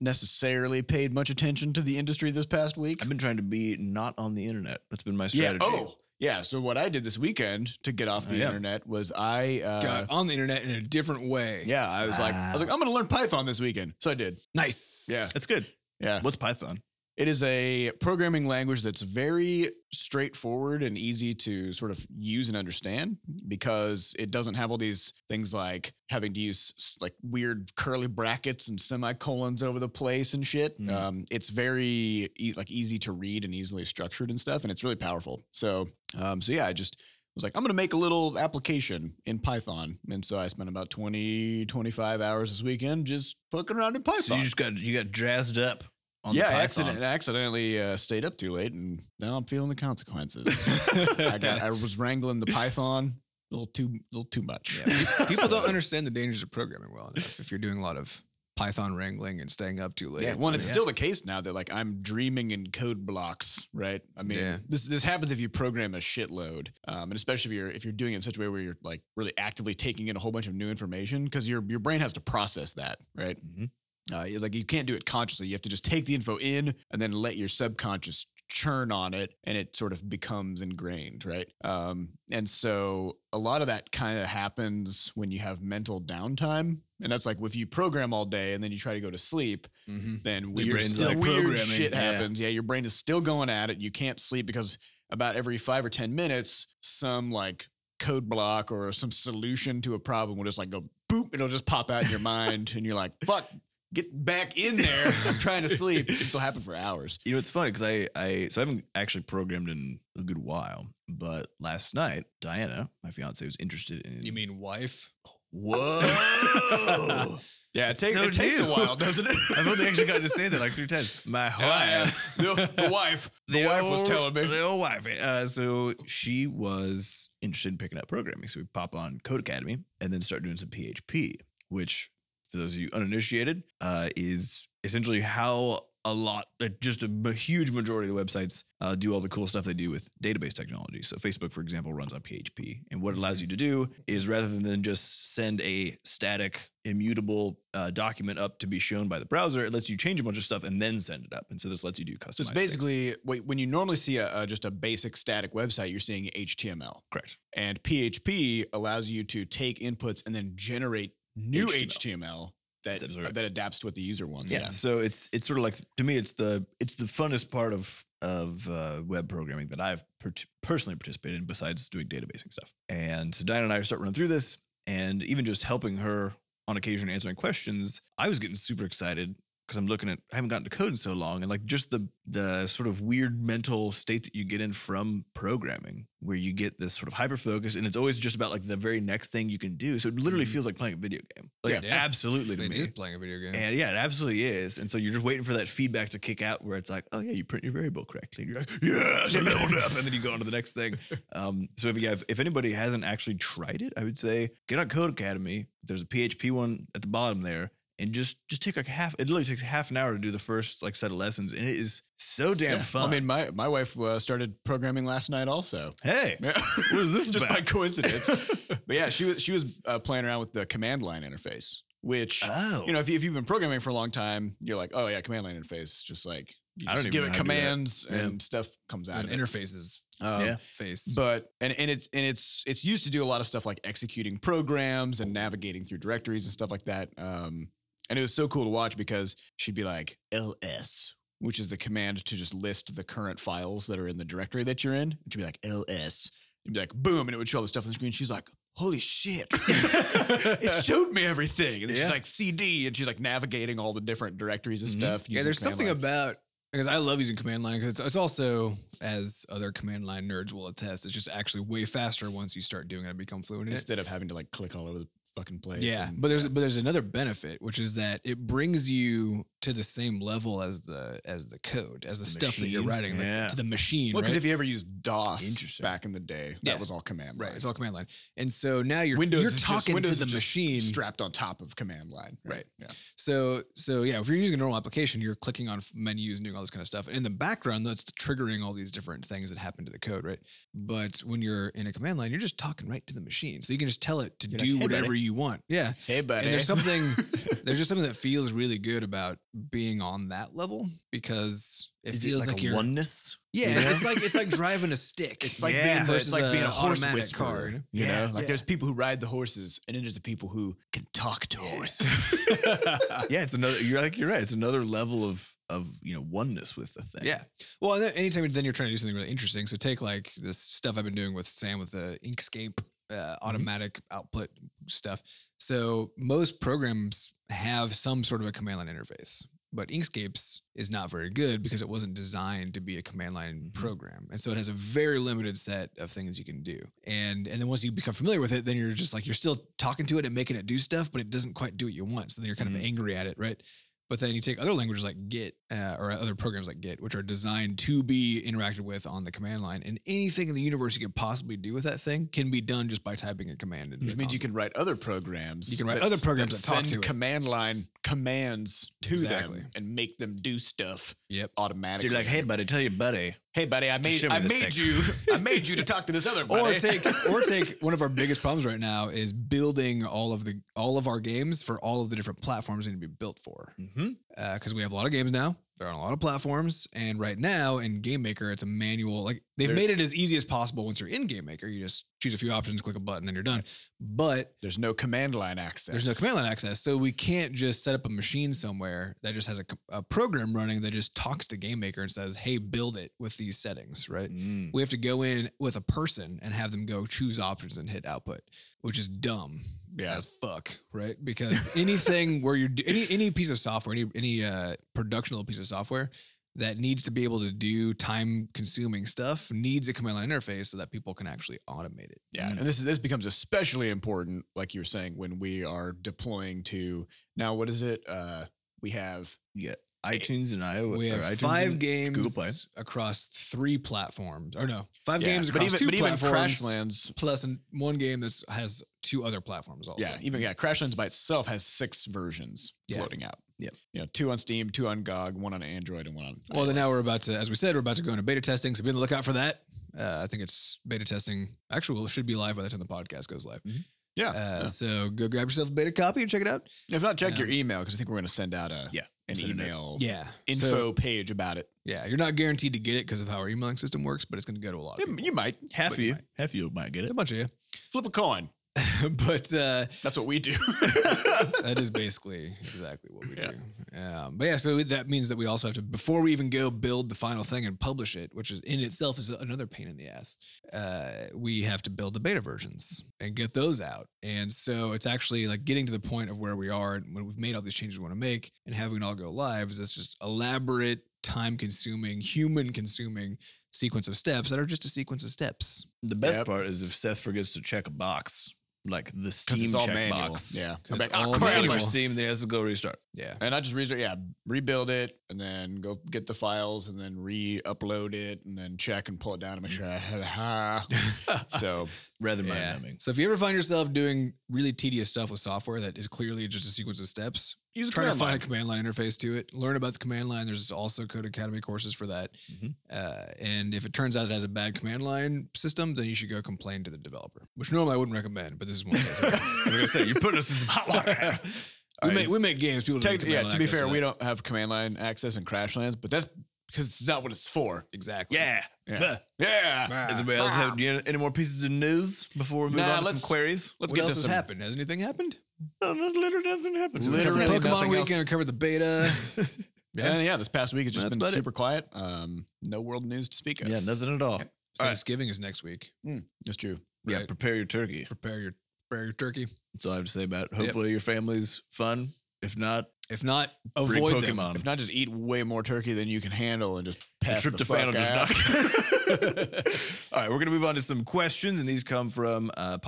Speaker 2: necessarily paid much attention to the industry this past week.
Speaker 1: I've been trying to be not on the internet. That's been my
Speaker 2: yeah.
Speaker 1: strategy.
Speaker 2: Oh, yeah. So what I did this weekend to get off the
Speaker 1: Oh, yeah.
Speaker 2: internet was I. Uh,
Speaker 3: Got on the internet in a different way.
Speaker 2: Yeah, I was like, I was like, I'm gonna learn Python this weekend. So I did.
Speaker 3: Nice.
Speaker 2: Yeah.
Speaker 1: that's good.
Speaker 2: Yeah.
Speaker 1: What's Python?
Speaker 2: It is a programming language that's very straightforward and easy to sort of use and understand because it doesn't have all these things like having to use s- like weird curly brackets and semicolons over the place and shit.
Speaker 1: Mm.
Speaker 2: Um, it's very e- like easy to read and easily structured and stuff, and it's really powerful. So, um, so yeah, I just was like, I'm going to make a little application in Python. And so I spent about 20, 25 hours this weekend just poking around in Python
Speaker 1: So you just got you got jazzed up on the
Speaker 2: yeah, I
Speaker 1: Python.
Speaker 2: accident- I accidentally uh, stayed up too late, and now I'm feeling the consequences. I got, I was wrangling the Python a little too, little too much.
Speaker 3: People don't understand the dangers of programming well enough if you're doing a lot of Python wrangling and staying up too late.
Speaker 2: Yeah, well, and it's
Speaker 1: Yeah.
Speaker 2: still the case now that like I'm dreaming in code blocks, right? I mean,
Speaker 3: Yeah.
Speaker 2: this this happens if you program a shitload, um, and especially if you're if you're doing it in such a way where you're like really actively taking in a whole bunch of new information because your your brain has to process that, right?
Speaker 1: Mhm.
Speaker 2: Uh, you- like you can't do it consciously. You have to just take the info in and then let your subconscious churn on it and it sort of becomes ingrained right um and so a lot of that kind of happens when you have mental downtime and that's like if you program all day and then you try to go to sleep
Speaker 3: Mhm.
Speaker 2: then
Speaker 1: Your
Speaker 2: weird,
Speaker 1: brain's
Speaker 2: still
Speaker 1: like
Speaker 2: weird
Speaker 1: programming,
Speaker 2: shit
Speaker 1: yeah.
Speaker 2: happens. Yeah. your brain is still going at it. You can't sleep because about every five or ten minutes, some like code block or some solution to a problem will just like go boop. It'll just pop out in your mind, and you're like, "Fuck, get back in there! I'm trying to sleep." This will happen for hours.
Speaker 1: You know, it's funny because I, I, so I haven't actually programmed in a good while, but last night, Diana, my fiance, was interested in.
Speaker 3: You mean wife?
Speaker 1: Whoa.
Speaker 2: Yeah,
Speaker 1: It's so new.
Speaker 2: doesn't it?
Speaker 1: I've only actually gotten to say that like three times. My
Speaker 2: Oh, yeah.
Speaker 1: wife.
Speaker 2: the, the wife, the, wife was
Speaker 1: old-
Speaker 2: telling me.
Speaker 1: The old wife. Uh, so she was interested in picking up programming. So we pop on Code Academy and then start doing some PHP, which, for those of you uninitiated, uh, is essentially how a lot, uh, just a b- huge majority of the websites uh, do all the cool stuff they do with database technology. So Facebook, for example, runs on PHP, and what it allows you to do is rather than just send a static, immutable uh, document up to be shown by the browser, it lets you change a bunch of stuff and then send it up. And so this lets you do customized.
Speaker 2: So it's
Speaker 1: things.
Speaker 2: basically wait, when you normally see a, a just a basic static website, you're seeing HTML,
Speaker 1: correct.
Speaker 2: and PHP allows you to take inputs and then generate new HTML,
Speaker 1: HTML.
Speaker 2: that uh,
Speaker 1: That's absolutely right.
Speaker 2: that adapts to what the user wants.
Speaker 1: yeah. So it's it's sort of like to me it's the it's the funnest part of of uh, web programming that I've per- personally participated in besides doing databasing stuff. And so Diana and I start running through this, and even just helping her on occasion answering questions, I was getting super excited because I'm looking at I haven't gotten to code in so long, and like just the the sort of weird mental state that you get in from programming, where you get this sort of hyper focus, and it's always just about like the very next thing you can do. So it literally
Speaker 3: Mhm.
Speaker 1: feels like playing a video game. Like
Speaker 2: Yeah.
Speaker 3: Yeah.
Speaker 1: absolutely to
Speaker 3: It
Speaker 1: me.
Speaker 3: is playing a video game.
Speaker 1: And yeah, it absolutely is. And so you're just waiting for that feedback to kick out where it's like, oh yeah, you print your variable correctly. And you're like, yes, I leveled up. And then you go on to the next thing. Um, so if, yeah, if, if anybody hasn't actually tried it, I would say get on Code Academy. There's a PHP one at the bottom there. And just just take like half. It literally takes half an hour to do the first like set of lessons, and it is so damn
Speaker 2: Yeah.
Speaker 1: fun.
Speaker 2: I mean, my my wife uh, started programming last night, also.
Speaker 1: hey,
Speaker 2: what
Speaker 1: is this
Speaker 2: just by
Speaker 1: about?
Speaker 2: coincidence? but yeah, she was she was uh, playing around with the command line interface, which
Speaker 1: oh,
Speaker 2: you know, if, you, if you've been programming for a long time, you're like, oh yeah, command line interface. It's just like you
Speaker 1: I
Speaker 2: just
Speaker 1: don't even
Speaker 2: give
Speaker 1: know
Speaker 2: it
Speaker 1: how to do that.
Speaker 2: commands
Speaker 1: Yeah.
Speaker 2: and stuff comes out.
Speaker 3: and
Speaker 2: Of it.
Speaker 3: interfaces
Speaker 2: Um,
Speaker 1: Yeah.
Speaker 3: face.
Speaker 2: But and and it's and it's it's used to do a lot of stuff like executing programs and navigating through directories and stuff like that. Um, and it was so cool to watch because she'd be like ls, which is the command to just list the current files that are in the directory that you're in. And she'd be like ls, and be like boom, and it would show all the stuff on the screen. She's like, holy shit, it showed me everything. And then she's
Speaker 1: Yeah.
Speaker 2: like cd, and she's like navigating all the different directories and
Speaker 1: Mhm.
Speaker 2: stuff.
Speaker 3: Mm-hmm. yeah,
Speaker 2: using
Speaker 3: there's
Speaker 2: command
Speaker 3: something
Speaker 2: line.
Speaker 3: about because I love using command line because it's, it's also as other command line nerds will attest, it's just actually way faster once you start doing it and become fluent in it.
Speaker 2: instead of having to like click all over the fucking place.
Speaker 3: Eh, Yeah,
Speaker 2: and-
Speaker 3: but there's but there's another benefit, which is that it brings you to the same level as the as the code, as the,
Speaker 1: The
Speaker 3: stuff that you're
Speaker 1: machine,
Speaker 3: writing like,
Speaker 1: yeah.
Speaker 3: to the machine.
Speaker 2: Well, because
Speaker 3: right?
Speaker 2: if you ever used DOS
Speaker 1: Interesting.
Speaker 2: back in the day, that
Speaker 3: Yeah.
Speaker 2: was all command line.
Speaker 3: right, it's all command line, and so now you're
Speaker 2: Windows
Speaker 3: you're
Speaker 2: is just-
Speaker 3: talking
Speaker 2: Windows is
Speaker 3: to the
Speaker 2: just
Speaker 3: machine.
Speaker 2: strapped on top of command line.
Speaker 3: Right.
Speaker 2: Yeah.
Speaker 3: So, so yeah, if you're using a normal application, you're clicking on f- menus and doing all this kind of stuff. And in the background, that's triggering all these different things that happen to the code, right? But when you're in a command line, you're just talking right to the machine. So you can just tell it to
Speaker 1: You're like,
Speaker 3: do
Speaker 1: "Hey, buddy."
Speaker 3: whatever you want. Yeah.
Speaker 2: Hey, buddy.
Speaker 3: And there's something, there's just something that feels really good about being on that level because it
Speaker 1: is it
Speaker 3: feels
Speaker 1: like,
Speaker 3: like,
Speaker 1: a
Speaker 3: you're,
Speaker 1: oneness?
Speaker 3: yeah,
Speaker 1: you know?
Speaker 3: it's like, it's like driving a stick.
Speaker 2: it's like
Speaker 1: Yeah.
Speaker 2: being the, it's
Speaker 3: Versus
Speaker 2: like being
Speaker 3: a
Speaker 2: a horse
Speaker 3: automatic
Speaker 2: whisperer.
Speaker 3: car.
Speaker 2: You
Speaker 1: Yeah,
Speaker 2: know, like
Speaker 1: yeah.
Speaker 2: there's people who ride the horses, and then there's the people who can talk to horses.
Speaker 1: yeah, it's another. You're like you're right. It's another level of of you know oneness with the thing.
Speaker 3: Yeah. Well, and then anytime then you're trying to do something really interesting. So take like this stuff I've been doing with Sam with the Inkscape uh, automatic output stuff. So most programs have some sort of a command line interface, but Inkscape's is not very good because it wasn't designed to be a command line
Speaker 2: Mm-hmm.
Speaker 3: program, and so it has a very limited set of things you can do. And and then once you become familiar with it, then you're just like you're still talking to it and making it do stuff, but it doesn't quite do what you want. So then you're kind of
Speaker 2: Mm-hmm.
Speaker 1: Mhm.
Speaker 3: angry at it, right? But then you take other languages like Git uh, or other programs like Git, which are designed to be interacted with on the command line, and anything in the universe you could possibly do with that thing can be done just by typing a command. Into
Speaker 2: Which
Speaker 3: the
Speaker 2: means you
Speaker 3: console.
Speaker 2: can write other programs.
Speaker 3: You can write
Speaker 2: that
Speaker 3: other
Speaker 2: s-
Speaker 3: programs that talk
Speaker 2: send
Speaker 3: to it.
Speaker 2: command line commands to
Speaker 3: Exactly.
Speaker 2: them and make them do stuff
Speaker 3: Yep.
Speaker 1: So
Speaker 2: automatically.
Speaker 1: you're like, hey buddy, tell your buddy.
Speaker 2: hey, buddy, I made
Speaker 1: show me
Speaker 2: I
Speaker 1: this
Speaker 2: made
Speaker 1: thing."
Speaker 2: you I made you to talk to this other
Speaker 3: Or
Speaker 2: buddy.
Speaker 3: take or take one of our biggest problems right now is building all of the all of our games for all of the different platforms they need to be built for.
Speaker 1: Mm-hmm.
Speaker 3: because we have a lot of games now. They're on a lot of platforms, and right now in Game Maker, it's a manual. Like they've
Speaker 2: There-
Speaker 3: made it as easy as possible. Once you're in Game Maker, you just choose a few options, click a button, and you're done. But
Speaker 2: There's no command line access.
Speaker 3: there's no command line access, so we can't just set up a machine somewhere that just has a, co- a program running that just talks to Game Maker and says, "Hey, build it with these settings." Right?
Speaker 1: Mm-hmm.
Speaker 3: We have to go in with a person and have them go choose options and hit output, which is dumb
Speaker 2: Yeah.
Speaker 3: as fuck, right? Because anything where you're do- any any piece of software, any any uh, productional piece of software that needs to be able to do time consuming stuff needs a command line interface so that people can actually automate it.
Speaker 2: Yeah, and this is, this becomes especially important, like you were saying, when we are deploying to now. What is it? Uh, we have
Speaker 1: You get iTunes and iOS.
Speaker 3: We
Speaker 1: or
Speaker 3: have
Speaker 1: iTunes
Speaker 3: five
Speaker 1: and- Google Play.
Speaker 3: games across three platforms, or no, five
Speaker 2: yeah,
Speaker 3: games
Speaker 2: but
Speaker 3: across
Speaker 2: even,
Speaker 3: two
Speaker 2: but even
Speaker 3: platforms,
Speaker 2: Crashlands.
Speaker 3: plus an, one game that has two other platforms also.
Speaker 2: Yeah, even yeah, Crashlands by itself has six versions
Speaker 3: Yeah.
Speaker 2: floating out.
Speaker 1: Yep.
Speaker 2: You know, two on Steam, two on GOG, one on Android, and one on.
Speaker 3: Well, then now
Speaker 2: iOS.
Speaker 3: we're about to, as we said, we're about to go into beta testing. So be on the lookout for that. Uh, I think it's beta testing. Actually, well, it should be live by the time the podcast goes live.
Speaker 2: Mm-hmm. Ah, yeah.
Speaker 3: Uh, So go grab yourself a beta copy and check it out.
Speaker 2: if not, check
Speaker 3: yeah.
Speaker 2: your email because I think we're going to send out a
Speaker 1: Yeah,
Speaker 2: an
Speaker 1: send it out.
Speaker 2: email
Speaker 3: Yeah.
Speaker 2: info
Speaker 3: So,
Speaker 2: page about it.
Speaker 3: yeah. You're not guaranteed to get it because of how our emailing system works, but it's going to go to a lot of
Speaker 2: You,
Speaker 3: people.
Speaker 2: you might
Speaker 1: Half
Speaker 3: But
Speaker 1: of
Speaker 3: you
Speaker 1: you,
Speaker 3: might.
Speaker 1: half of you might get it.
Speaker 3: It's a bunch of you.
Speaker 2: flip a coin.
Speaker 3: but uh,
Speaker 2: That's what we do.
Speaker 3: that is basically exactly what we
Speaker 2: Yeah.
Speaker 3: do. Um, but yeah, so that means that we also have to, before we even go build the final thing and publish it, which is in itself is another pain in the ass. Uh, we have to build the beta versions and get those out. And so it's actually like getting to the point of where we are and when we've made all these changes we want to make and having it all go live is this just elaborate, time consuming, human consuming sequence of steps that are just a sequence of steps.
Speaker 1: The best
Speaker 2: Yep.
Speaker 1: part is if Seth forgets to check a box, like the
Speaker 2: 'Cause
Speaker 1: Steam
Speaker 2: it's all
Speaker 1: check
Speaker 2: manual.
Speaker 1: box.
Speaker 2: Yeah.
Speaker 3: It's
Speaker 2: I'm like,
Speaker 3: all
Speaker 2: oh,
Speaker 1: Come out
Speaker 2: crap.
Speaker 1: of your
Speaker 3: manual.
Speaker 1: Steam, then it has to go restart.
Speaker 3: Yeah.
Speaker 2: And I just research, yeah, rebuild it and then go get the files and then re upload it and then check and pull it down to make sure I had it. so,
Speaker 1: It's rather mind
Speaker 3: Yeah.
Speaker 1: numbing.
Speaker 3: So if you ever find yourself doing really tedious stuff with software that is clearly just a sequence of steps,
Speaker 2: use
Speaker 3: try to find a command line interface to it. Learn about the command line. There's also Code Academy courses for that.
Speaker 1: Mhm.
Speaker 3: Uh, and if it turns out it has a bad command line system, then you should go complain to the developer, which normally I wouldn't recommend, but this is one of those.
Speaker 1: I was gonna say you're putting us in some hot water.
Speaker 3: we,
Speaker 1: All right,
Speaker 3: make, we make games. People don't have
Speaker 2: Technically, yeah,
Speaker 3: command
Speaker 2: to
Speaker 3: line
Speaker 2: be
Speaker 3: access
Speaker 2: fair, we
Speaker 3: that.
Speaker 2: don't have command line access in Crashlands, but that's because it's not what it's for.
Speaker 3: Exactly.
Speaker 1: yeah. Uh,
Speaker 2: Yeah.
Speaker 1: Blah.
Speaker 2: Yeah.
Speaker 3: Ah.
Speaker 1: Anybody else have do you have any more pieces of news before we move
Speaker 2: Nah,
Speaker 1: on to
Speaker 2: let's-
Speaker 1: some queries?
Speaker 2: Let's
Speaker 3: what
Speaker 2: get
Speaker 3: else
Speaker 2: to
Speaker 3: has
Speaker 2: some-
Speaker 3: happened? Has anything happened?
Speaker 1: No, no, literally doesn't happen.
Speaker 2: Literally
Speaker 3: Covered
Speaker 2: Really
Speaker 3: Pokemon
Speaker 2: nothing else.
Speaker 3: Weekend. Covered the beta. Yeah.
Speaker 2: And yeah, this past week it's just
Speaker 1: That's
Speaker 2: been
Speaker 1: about it.
Speaker 2: super quiet. Um, no world news to speak of.
Speaker 1: Yeah, nothing at all. All right.
Speaker 3: Thanksgiving is next week.
Speaker 2: That's true.
Speaker 1: Yeah,
Speaker 3: Right.
Speaker 1: prepare your turkey.
Speaker 3: Prepare your prepare your turkey.
Speaker 1: That's all I have to say about it.
Speaker 3: Yep.
Speaker 1: Hopefully your family's fun. If not,
Speaker 3: If not,
Speaker 1: bring
Speaker 3: avoid them.
Speaker 1: Pokemon.
Speaker 2: If not, just eat way more turkey than you can handle and just pass the
Speaker 1: tryptophan
Speaker 2: fuck out.
Speaker 1: does not. All right, we're going to move on to some questions, and these come from uh,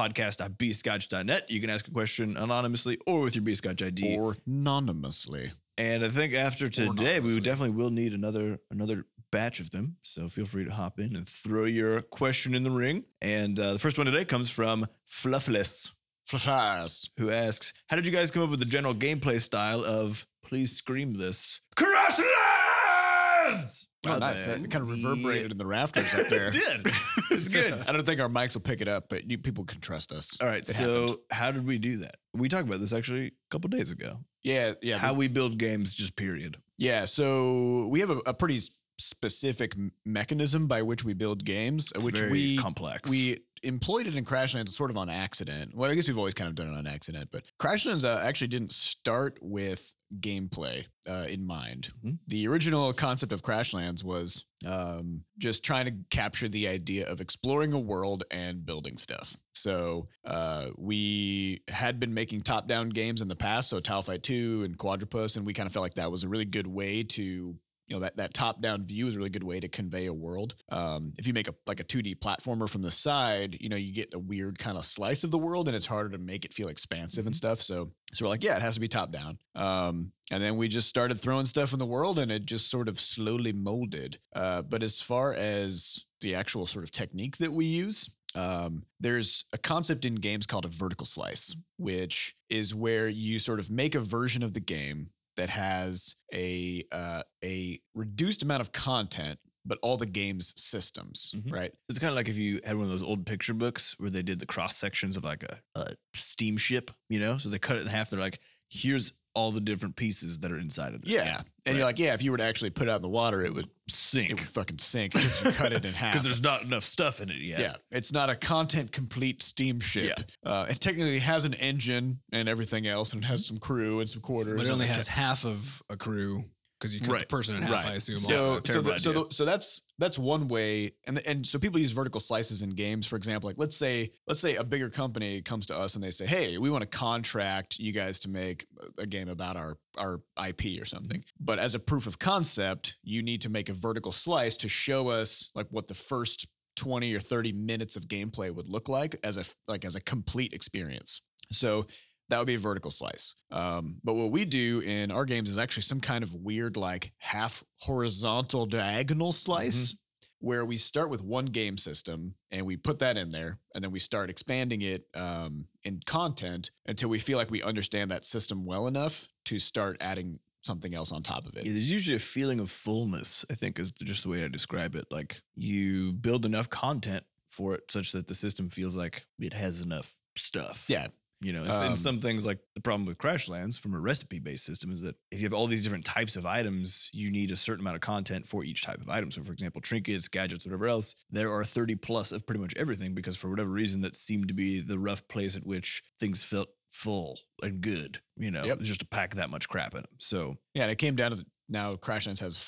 Speaker 1: podcast.bscotch.net. You can ask a question anonymously or with your bscotch ID.
Speaker 2: or anonymously.
Speaker 1: and I think after today, we
Speaker 3: anonymously.
Speaker 1: definitely will need another another batch of them. So feel free to hop in and throw your question in the ring. And uh, the first one today comes from Fluffless,
Speaker 2: Flies.
Speaker 1: who asks, "How did you guys come up with the general gameplay style of Please Scream This Crashlands?"
Speaker 2: Oh,
Speaker 1: Oh,
Speaker 2: nice. That
Speaker 1: man.
Speaker 2: kind of reverberated in the rafters up there.
Speaker 1: It did. It's good.
Speaker 2: I don't think our mics will pick it up, but you, people can trust us.
Speaker 1: All right.
Speaker 2: It
Speaker 1: so how did we do that? We talked about this actually a couple days ago.
Speaker 2: Yeah, yeah.
Speaker 1: how we build games, just period.
Speaker 2: Yeah, so we have a, a pretty s- specific m- mechanism by which we build games,
Speaker 1: It's
Speaker 2: which
Speaker 1: very
Speaker 2: we
Speaker 1: complex.
Speaker 2: we employed it in Crashlands sort of on accident. Well, I guess we've always kind of done it on accident, but Crashlands uh, actually didn't start with gameplay uh, in mind.
Speaker 1: Mhm.
Speaker 2: The original concept of Crashlands was um, just trying to capture the idea of exploring a world and building stuff. So uh, we had been making top-down games in the past, so Tile Fight 2 and Quadrupus, and we kind of felt like that was a really good way to you know that that top down view is a really good way to convey a world. Um, if you make a like a 2D platformer from the side, you know you get a weird kind of slice of the world, and it's harder to make it feel expansive and stuff. So so we're like, yeah, it has to be top down. Um, and then we just started throwing stuff in the world, and it just sort of slowly molded. Uh, but as far as the actual sort of technique that we use, um, there's a concept in games called a vertical slice, which is where you sort of make a version of the game that has a uh, a reduced amount of content, but all the game's systems,
Speaker 3: Mm-hmm.
Speaker 1: Mhm.
Speaker 2: right?
Speaker 1: it's kind of like if you had one of those old picture books where they did the cross sections of like a, a steamship, you know? So they cut it in half. They're like, here's all the different pieces that are inside of this.
Speaker 2: yeah, and you're like, yeah, if you were to actually put it out in the water, it would it
Speaker 1: sink
Speaker 2: would fucking sink because you cut it in half.
Speaker 1: because there's not enough stuff in it yet.
Speaker 2: yeah. it's not a content complete steamship. Uh, it technically has an engine and everything else, and it has some crew and some quarters.
Speaker 3: But it
Speaker 2: and
Speaker 3: only
Speaker 2: a-
Speaker 3: has half of a crew because you cut the
Speaker 1: Right,
Speaker 3: person in half,
Speaker 2: right.
Speaker 3: I assume.
Speaker 2: So,
Speaker 3: also.
Speaker 2: so,
Speaker 1: terrible
Speaker 2: the, so,
Speaker 1: idea.
Speaker 2: the, so that's that's one way, and the- and so people use vertical slices in games. For example, like let's say let's say a bigger company comes to us and they say, "Hey, we want to contract you guys to make a game about our our IP or something." But as a proof of concept, you need to make a vertical slice to show us like what the first twenty or thirty minutes of gameplay would look like as a like as a complete experience. So that would be a vertical slice. Um, but what we do in our games is actually some kind of weird, like half horizontal diagonal slice where we start with one game system and we put that in there and then we start expanding it um, in content until we feel like we understand that system well enough to start adding something else on top of it.
Speaker 1: Yeah, there's usually a feeling of fullness, I think, is just the way I describe it. Like you build enough content for it such that the system feels like it has enough stuff.
Speaker 2: Yeah.
Speaker 1: You know, and, s- and
Speaker 2: Um,
Speaker 1: some things like the problem with Crashlands from a recipe based system is that if you have all these different types of items, you need a certain amount of content for each type of item. So, for example, trinkets, gadgets, whatever else, there are 30 plus of pretty much everything because for whatever reason, that seemed to be the rough place at which things felt full and good. You know,
Speaker 2: Yep.
Speaker 1: it's just to pack that much crap in them. So,
Speaker 2: Yeah, and it came down to the, now Crashlands has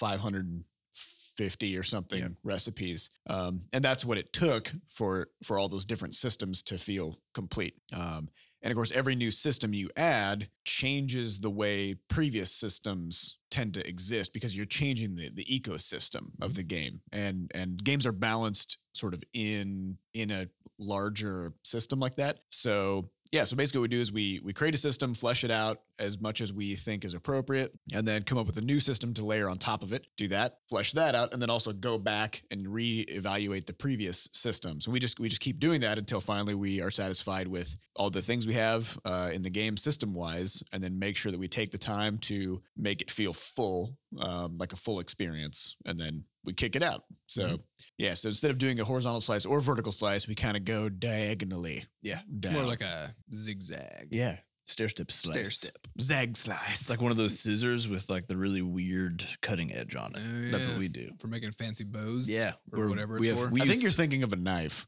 Speaker 2: 550 or something
Speaker 1: Yeah.
Speaker 2: recipes, um, and that's what it took for for all those different systems to feel complete. Um, and of course, every new system you add changes the way previous systems tend to exist because you're changing the, the ecosystem of the game, and and games are balanced sort of in in a larger system like that. So yeah, so basically what we do is we we create a system, flesh it out as much as we think is appropriate, and then come up with a new system to layer on top of it. Do that, flesh that out, and then also go back and reevaluate the previous systems. And we just we just keep doing that until finally we are satisfied with all the things we have uh, in the game system wise, and then make sure that we take the time to make it feel full, um, like a full experience, and then we kick it out. So
Speaker 3: Mm-hmm.
Speaker 2: yeah, so instead of doing a horizontal slice or vertical slice, we kind of go diagonally.
Speaker 1: Yeah,
Speaker 2: down.
Speaker 3: More like a zigzag.
Speaker 1: yeah, stair step slice.
Speaker 3: Stair step.
Speaker 2: zag
Speaker 1: It's
Speaker 2: slice.
Speaker 1: like one of those scissors with like the really weird cutting edge on it.
Speaker 3: Oh,
Speaker 1: That's what
Speaker 3: yeah.
Speaker 1: we do.
Speaker 3: For making fancy bows.
Speaker 1: Yeah,
Speaker 3: Or
Speaker 1: we're-
Speaker 3: whatever
Speaker 1: we
Speaker 3: it's
Speaker 1: have-
Speaker 3: for.
Speaker 1: we
Speaker 2: I think
Speaker 1: use-
Speaker 2: you're thinking of a knife.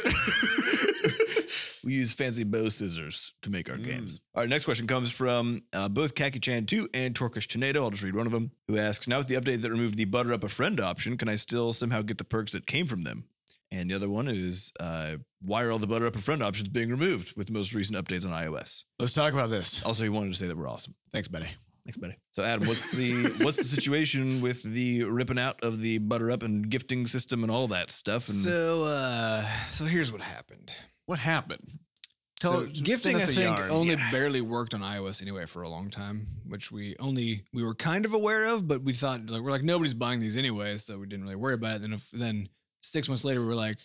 Speaker 1: we use fancy bow scissors to make our
Speaker 2: Mm.
Speaker 1: games. All right, next question comes from uh, both Kaki Chan 2 and Torkish Tornado. I'll just read one of them, who asks Now, with the update that removed the butter up a friend option, can I still somehow get the perks that came from them? And the other one is uh, Why are all the butter up a friend options being removed with the most recent updates on iOS?
Speaker 2: Let's talk about
Speaker 3: Oh.
Speaker 2: this.
Speaker 1: Also, he wanted to say that we're awesome.
Speaker 2: Thanks, buddy.
Speaker 1: Thanks, buddy. So, Adam, what's the what's the situation with the ripping out of the butter up and gifting system and all that stuff? And
Speaker 3: So, uh, so here's what happened.
Speaker 2: What happened?
Speaker 3: So
Speaker 2: just
Speaker 3: gifting,
Speaker 2: send
Speaker 3: I
Speaker 2: us a
Speaker 3: think,
Speaker 2: yarn.
Speaker 3: only barely worked on iOS anyway for a long time, which we only we were kind of aware of, but we thought like we're like nobody's buying these anyway, so we didn't really worry about it. Then if, then six months later, we were like,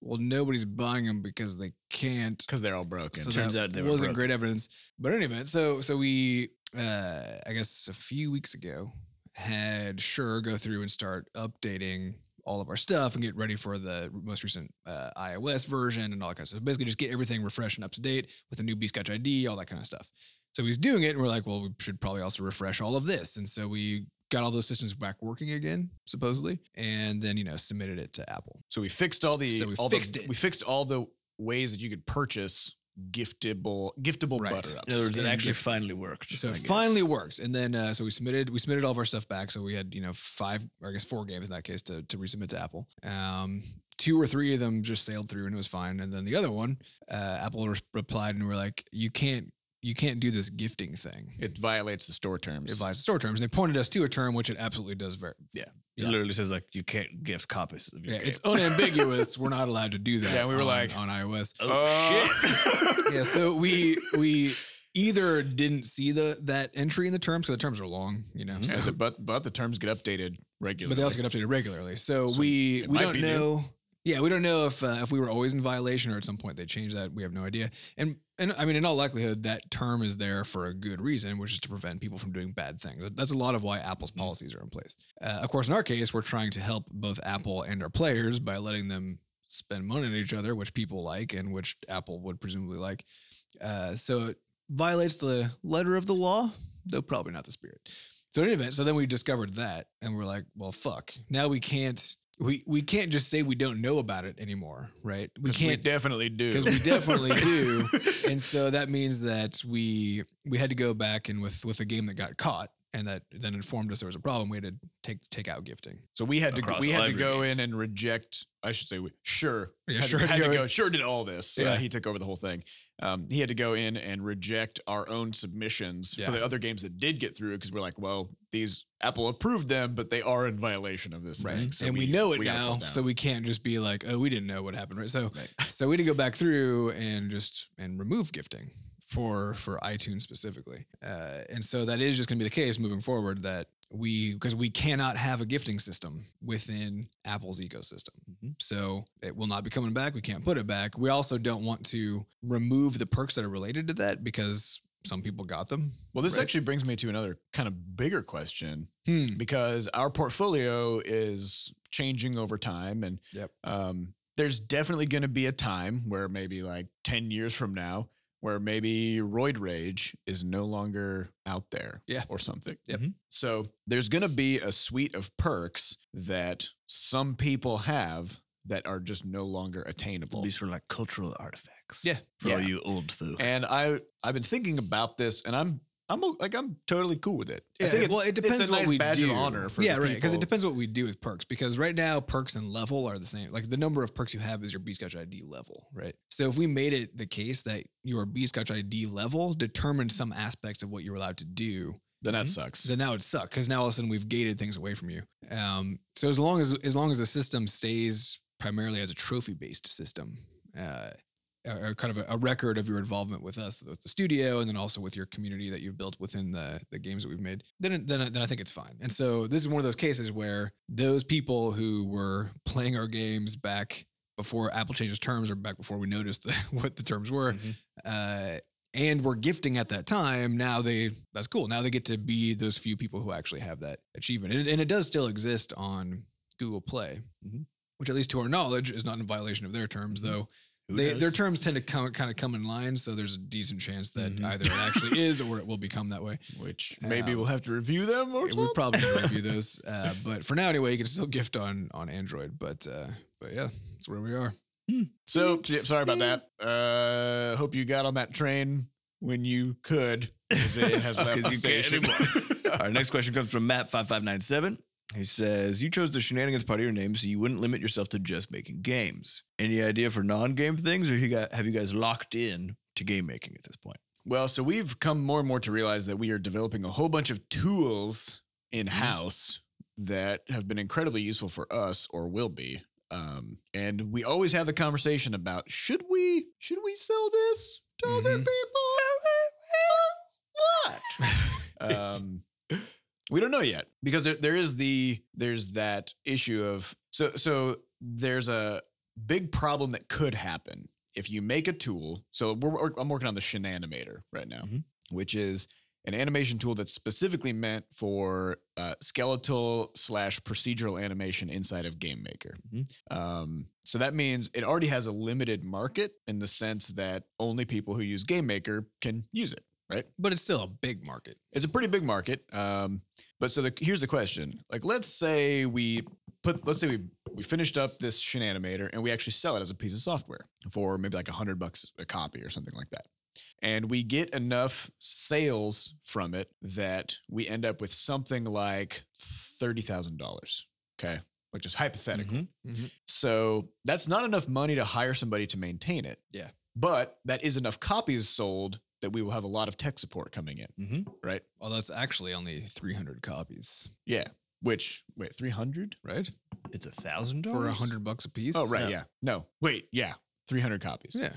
Speaker 3: well, nobody's buying them because they can't
Speaker 2: because they're all broken.
Speaker 3: so
Speaker 1: Turns
Speaker 3: that
Speaker 1: out they were broken.
Speaker 3: wasn't great evidence. But anyway, so so we uh I guess a few weeks ago had sure go through and start updating all of our stuff and get ready for the most recent uh, iOS version and all that kind of stuff. Basically, just get everything refreshed and up to date with a new Bscotch ID, all that kind of stuff. So he's doing it, and we're like, well, we should probably also refresh all of this. And so we got all those systems back working again, supposedly, and then you know submitted it to Apple.
Speaker 2: So we fixed all the
Speaker 3: So we
Speaker 2: all
Speaker 3: fixed
Speaker 2: the,
Speaker 3: it.
Speaker 2: We fixed all the ways that you could purchase giftable giftable
Speaker 3: Right.
Speaker 2: butter ups.
Speaker 1: in other words, it
Speaker 3: And
Speaker 1: actually
Speaker 3: gift-
Speaker 1: finally worked.
Speaker 3: So
Speaker 1: I
Speaker 3: it
Speaker 1: guess.
Speaker 3: finally worked, and then uh, so we submitted we submitted all of our stuff back. So we had you know five, or I guess four games in that case to to resubmit to Apple. Um, two or three of them just sailed through and it was fine, and then the other one, uh, Apple re- replied and we're like, you can't you can't do this gifting thing.
Speaker 2: it violates the store
Speaker 3: It
Speaker 2: terms.
Speaker 3: violates store terms. And they pointed us to a term which it absolutely does. Ver-
Speaker 1: It
Speaker 3: Yeah.
Speaker 1: literally says like you can't gift copies of your
Speaker 3: yeah,
Speaker 1: game.
Speaker 3: it's unambiguous. we're not allowed to do that.
Speaker 2: Yeah, and we were
Speaker 3: on-
Speaker 2: like-
Speaker 3: on iOS.
Speaker 2: oh shit!
Speaker 3: yeah, so we we either didn't see the that entry in the terms because the terms are long, you know.
Speaker 2: Yeah,
Speaker 3: so-
Speaker 2: the- but but the terms get updated regularly.
Speaker 3: but they also get updated regularly. So,
Speaker 2: So
Speaker 3: we
Speaker 2: it
Speaker 3: we
Speaker 2: might
Speaker 3: don't
Speaker 2: be new.
Speaker 3: know. Yeah, we don't know if uh, if we were always in violation or at some point they changed that. We have no idea. And and I mean, in all likelihood, that term is there for a good reason, which is to prevent people from doing bad things. That's a lot of why Apple's
Speaker 2: Mm-hmm.
Speaker 3: policies are in place. Uh, of course, in our case, we're trying to help both Apple and our players by letting them spend money on each other, which people like and which Apple would presumably like. Uh, so it violates the letter of the law, though probably not the spirit. So in any event, so then we discovered that, and we're like, well, fuck. Now we can't. We we can't just say we don't know about it anymore, right? We
Speaker 2: 'Cause we
Speaker 3: can't
Speaker 2: definitely do
Speaker 3: because we definitely do. And so that means that we we had to go back and with with a game that got caught and that then informed us there was a problem. We had to take take out gifting.
Speaker 2: So we had to
Speaker 1: Across
Speaker 2: we had
Speaker 1: all
Speaker 2: to
Speaker 1: of your
Speaker 2: go in and reject. I should say we, sure.
Speaker 3: Yeah,
Speaker 2: had
Speaker 3: sure
Speaker 2: To,
Speaker 3: had to
Speaker 2: had to
Speaker 3: go
Speaker 2: go. Sure did all this. Yeah,
Speaker 3: Yeah.
Speaker 2: he took over the whole thing. Um, he had to go in and reject our own submissions
Speaker 3: Yeah.
Speaker 2: for the other games that did get through because we're like, well, these Apple approved them, but they are in violation of this thing. So
Speaker 3: Mm-hmm. and we, know it
Speaker 2: gotta
Speaker 3: now,
Speaker 2: pull down.
Speaker 3: so we can't just be like, "Oh, we didn't know what happened." Right? So,
Speaker 1: Right.
Speaker 3: so we had to go back through and just and remove gifting for for iTunes specifically. Uh, and so that is just going to be the case moving forward that we because we cannot have a gifting system within Apple's ecosystem.
Speaker 1: Mhm.
Speaker 3: So it will not be coming back. We can't put it back. We also don't want to remove the perks that are related to that because some people got them.
Speaker 2: Well, this
Speaker 1: Right.
Speaker 2: actually brings me to another kind of bigger question
Speaker 3: Hmm.
Speaker 2: because our portfolio is changing over time and
Speaker 3: Yep.
Speaker 2: um, there's definitely going to be a time where maybe like 10 years from now where maybe roid rage is no longer out there
Speaker 3: Yeah.
Speaker 2: or something
Speaker 3: Yep.
Speaker 1: Mhm.
Speaker 2: so there's going to be a suite of perks that some people have that are just no longer attainable
Speaker 1: These were like cultural artifacts.
Speaker 3: Yeah.
Speaker 1: For all
Speaker 2: Yeah.
Speaker 1: you old folk.
Speaker 2: and i i've been thinking about this and i'm i'm o- like i'm totally cool with it i
Speaker 3: Yeah,
Speaker 2: think it's,
Speaker 3: well, it
Speaker 2: it's
Speaker 3: depends
Speaker 2: a
Speaker 3: what
Speaker 2: nice
Speaker 3: we
Speaker 2: badge
Speaker 3: do.
Speaker 2: of honor for
Speaker 3: yeah,
Speaker 2: the
Speaker 3: right. Because it
Speaker 2: people.
Speaker 3: depends what we do with perks. Because right now, perks and level are the same. Like the number of perks you have is your B Scotch ID level, right? So if we made it the case that your B Scotch ID level determined some aspects of what you're allowed to do,
Speaker 2: then that
Speaker 1: Mhm.
Speaker 2: sucks
Speaker 3: then that would suck. Because now all of a sudden we've gated things away from you. Um, so as long as as long as the system stays primarily as a trophy based system, uh, or or kind of a, a record of your involvement with us, with the studio, and then also with your community that you've built within the, the games that we've made, then, it- then, I- then I think it's fine. And so this is one of those cases where those people who were playing our games back before Apple changes terms or back before we noticed the, what the terms were,
Speaker 1: Mhm.
Speaker 3: uh, and were gifting at that time, now they, that's cool. Now they get to be those few people who actually have that achievement. And, it- and it does still exist on Google Play.
Speaker 2: Mm-hmm.
Speaker 1: Mhm.
Speaker 3: Which, at least to our knowledge, is not in violation of their terms,
Speaker 1: Mhm.
Speaker 3: though
Speaker 1: Who
Speaker 3: they,
Speaker 1: knows?
Speaker 3: their terms tend to come kind of come in line, so there's a decent chance that
Speaker 2: Mm-hmm.
Speaker 1: Mhm.
Speaker 3: either it actually is or it will become that way.
Speaker 2: which maybe
Speaker 3: Um,
Speaker 2: we'll have to review them or
Speaker 3: We
Speaker 2: something.
Speaker 3: will probably need to review those, uh, but for now, anyway, you can still gift on on Android. But uh, but yeah, that's where we are.
Speaker 2: So yeah, sorry about that. Uh, hope you got on that train when you could. 'cause It has left the
Speaker 1: 'Cause you can't
Speaker 2: station.
Speaker 1: anymore. Our next question comes from Matt five five nine seven. He says, "You chose the shenanigans part of your name, so you wouldn't limit yourself to just making games. Any idea for non-game things, or you got have you guys locked in to game making at this point?
Speaker 2: well, so we've come more and more to realize that we are developing a whole bunch of tools in house that have been incredibly useful for us or will be. Um, and we always have the conversation about should we should we sell this to other
Speaker 1: Mhm.
Speaker 2: people? What? um, we don't know yet because there, there is the there's that issue of so so there's a big problem that could happen if you make a tool. So we're, we're- I'm working on the Shenanimator right now,
Speaker 1: Mhm.
Speaker 2: which is an animation tool that's specifically meant for uh, skeletal slash procedural animation inside of Game Maker.
Speaker 1: Mhm.
Speaker 2: Um, so that means it already has a limited market in the sense that only people who use Game Maker can use it.
Speaker 3: But it's still a big market.
Speaker 2: It's a pretty big market. Um, but so the, here's the question: like, let's say we put, let's say we we finished up this Shenanimator and we actually sell it as a piece of software for maybe like a hundred bucks a copy or something like that, and we get enough sales from it that we end up with something like thirty thousand dollars. Okay, like just hypothetical. So that's not enough money to hire somebody to maintain it.
Speaker 3: Yeah.
Speaker 2: But that is enough copies sold that we will have a lot of tech support coming in,
Speaker 1: Mhm.
Speaker 2: right?
Speaker 3: Although it's actually only 300 copies,
Speaker 2: Which wait, three hundred?
Speaker 3: right?
Speaker 1: It's a thousand
Speaker 3: For
Speaker 1: dollars
Speaker 3: 100 bucks a piece.
Speaker 2: Oh right,
Speaker 1: No.
Speaker 2: yeah. No, wait, yeah, three hundred copies.
Speaker 3: Yeah.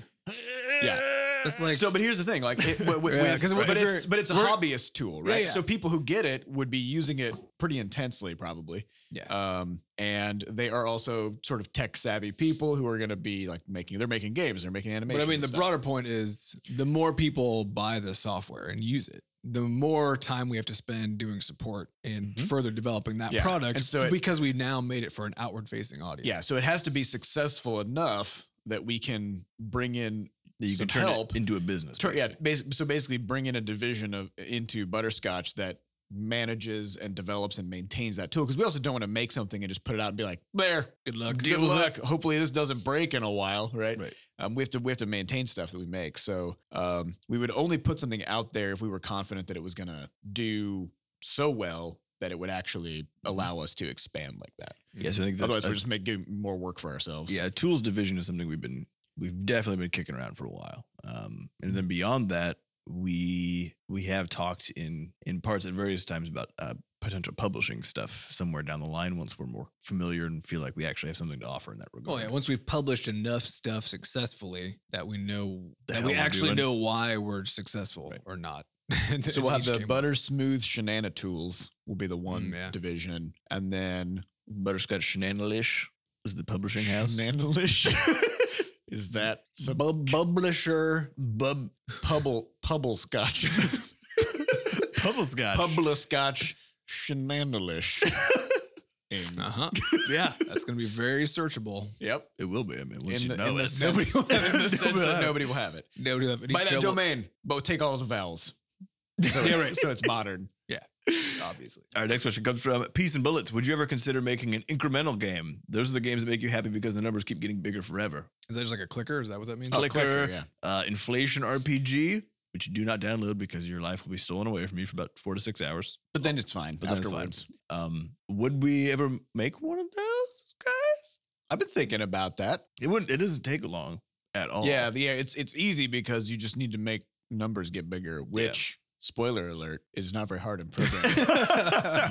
Speaker 2: Yeah.
Speaker 3: That's like
Speaker 2: so, but here's the thing, like, it, w- w-
Speaker 3: Yeah,
Speaker 2: with-
Speaker 3: 'cause we're-
Speaker 2: but
Speaker 3: if
Speaker 2: it's
Speaker 3: you're-
Speaker 2: but it's a
Speaker 3: we're-
Speaker 2: hobbyist tool,
Speaker 3: Yeah,
Speaker 2: right?
Speaker 3: yeah.
Speaker 2: So people who get it would be using it pretty intensely, probably.
Speaker 3: Yeah.
Speaker 2: Um, and they are also sort of tech savvy people who are going to be like making they're making games, they're making animation.
Speaker 3: But I mean, the broader point is the more people buy the software and use it, the more time we have to spend doing support and
Speaker 1: Mhm.
Speaker 3: further developing that
Speaker 2: Mm-hmm. Yeah.
Speaker 3: product
Speaker 2: And so it-
Speaker 3: because we now made it for an outward facing audience.
Speaker 2: Yeah, so it has to be successful enough that we can bring in
Speaker 1: that you
Speaker 2: some
Speaker 1: can turn
Speaker 2: help.
Speaker 1: it into a business.
Speaker 2: tur- yeah,
Speaker 1: basically.
Speaker 2: basi- so basically bring in a division of into butterscotch that manages and develops and maintains that tool because we also don't want to make something and just put it out and be like there
Speaker 3: Good luck.
Speaker 2: good luck hopefully this doesn't break in a while right,
Speaker 1: Right.
Speaker 2: Um, we have to we have to maintain stuff that we make so um, we would only put something out there if we were confident that it was going to do so well that it would actually allow us to expand like that
Speaker 1: yeah. So I think Mm-hmm. that,
Speaker 2: otherwise
Speaker 1: uh,
Speaker 2: we're just making more work for ourselves
Speaker 1: yeah, tools division is something we've been we've definitely been kicking around for a while. Um, and then beyond that, we we have talked in in parts at various times about uh, potential publishing stuff somewhere down the line once we're more familiar and feel like we actually have something to offer in that
Speaker 3: Oh
Speaker 2: Mm-hmm.
Speaker 1: regard.
Speaker 3: yeah! Once we've published enough stuff successfully that we know
Speaker 1: The
Speaker 3: that
Speaker 1: hell
Speaker 3: we
Speaker 1: we're
Speaker 3: actually
Speaker 1: doing.
Speaker 3: know why we're successful
Speaker 1: Right.
Speaker 3: or not.
Speaker 2: So we'll have
Speaker 3: Each
Speaker 2: the
Speaker 3: game.
Speaker 2: butter smooth shenana tools will be the one
Speaker 3: Mm, yeah.
Speaker 2: division, and then
Speaker 1: Butterscotch Shenanilish is the publishing house.
Speaker 2: Shenanilish. Is that some
Speaker 3: Bub- publisher.
Speaker 1: Bub
Speaker 2: pubble pubble scotch?
Speaker 1: Bubble Scotch.
Speaker 2: Pubble scotch shenanigans. In-
Speaker 1: Ah.
Speaker 3: Uh huh.
Speaker 1: yeah,
Speaker 3: That's going to be very searchable.
Speaker 2: Yep.
Speaker 1: it will be. I mean, once
Speaker 2: In
Speaker 1: you
Speaker 2: the,
Speaker 1: know
Speaker 2: in the
Speaker 1: it,
Speaker 2: sense,
Speaker 1: nobody will have
Speaker 2: in the sense that
Speaker 1: nobody.
Speaker 2: nobody will have it.
Speaker 3: Nobody will have any
Speaker 2: By that
Speaker 3: trouble,
Speaker 2: domain, but take all the vowels. So,
Speaker 1: Yeah,
Speaker 2: it's,
Speaker 1: right.
Speaker 2: so it's modern.
Speaker 3: obviously.
Speaker 1: Our next question comes from Peace and Bullets. Would you ever consider making an incremental game? Those are the games that make you happy because the numbers keep getting bigger forever.
Speaker 3: Is that just like a clicker? Is that what that means?
Speaker 1: Oh. Clicker.
Speaker 2: yeah.
Speaker 1: Uh, Inflation RPG, which you do not download because your life will be stolen away from you for about four to six hours.
Speaker 2: But then it's fine
Speaker 1: But then it's fine.
Speaker 2: afterwards.
Speaker 1: Um, would we ever make one of those guys?
Speaker 2: I've been thinking about that.
Speaker 1: It wouldn't. It doesn't take long at all.
Speaker 2: Yeah, the, yeah, it's it's easy because you just need to make numbers get bigger, which spoiler alert is not very hard in programming.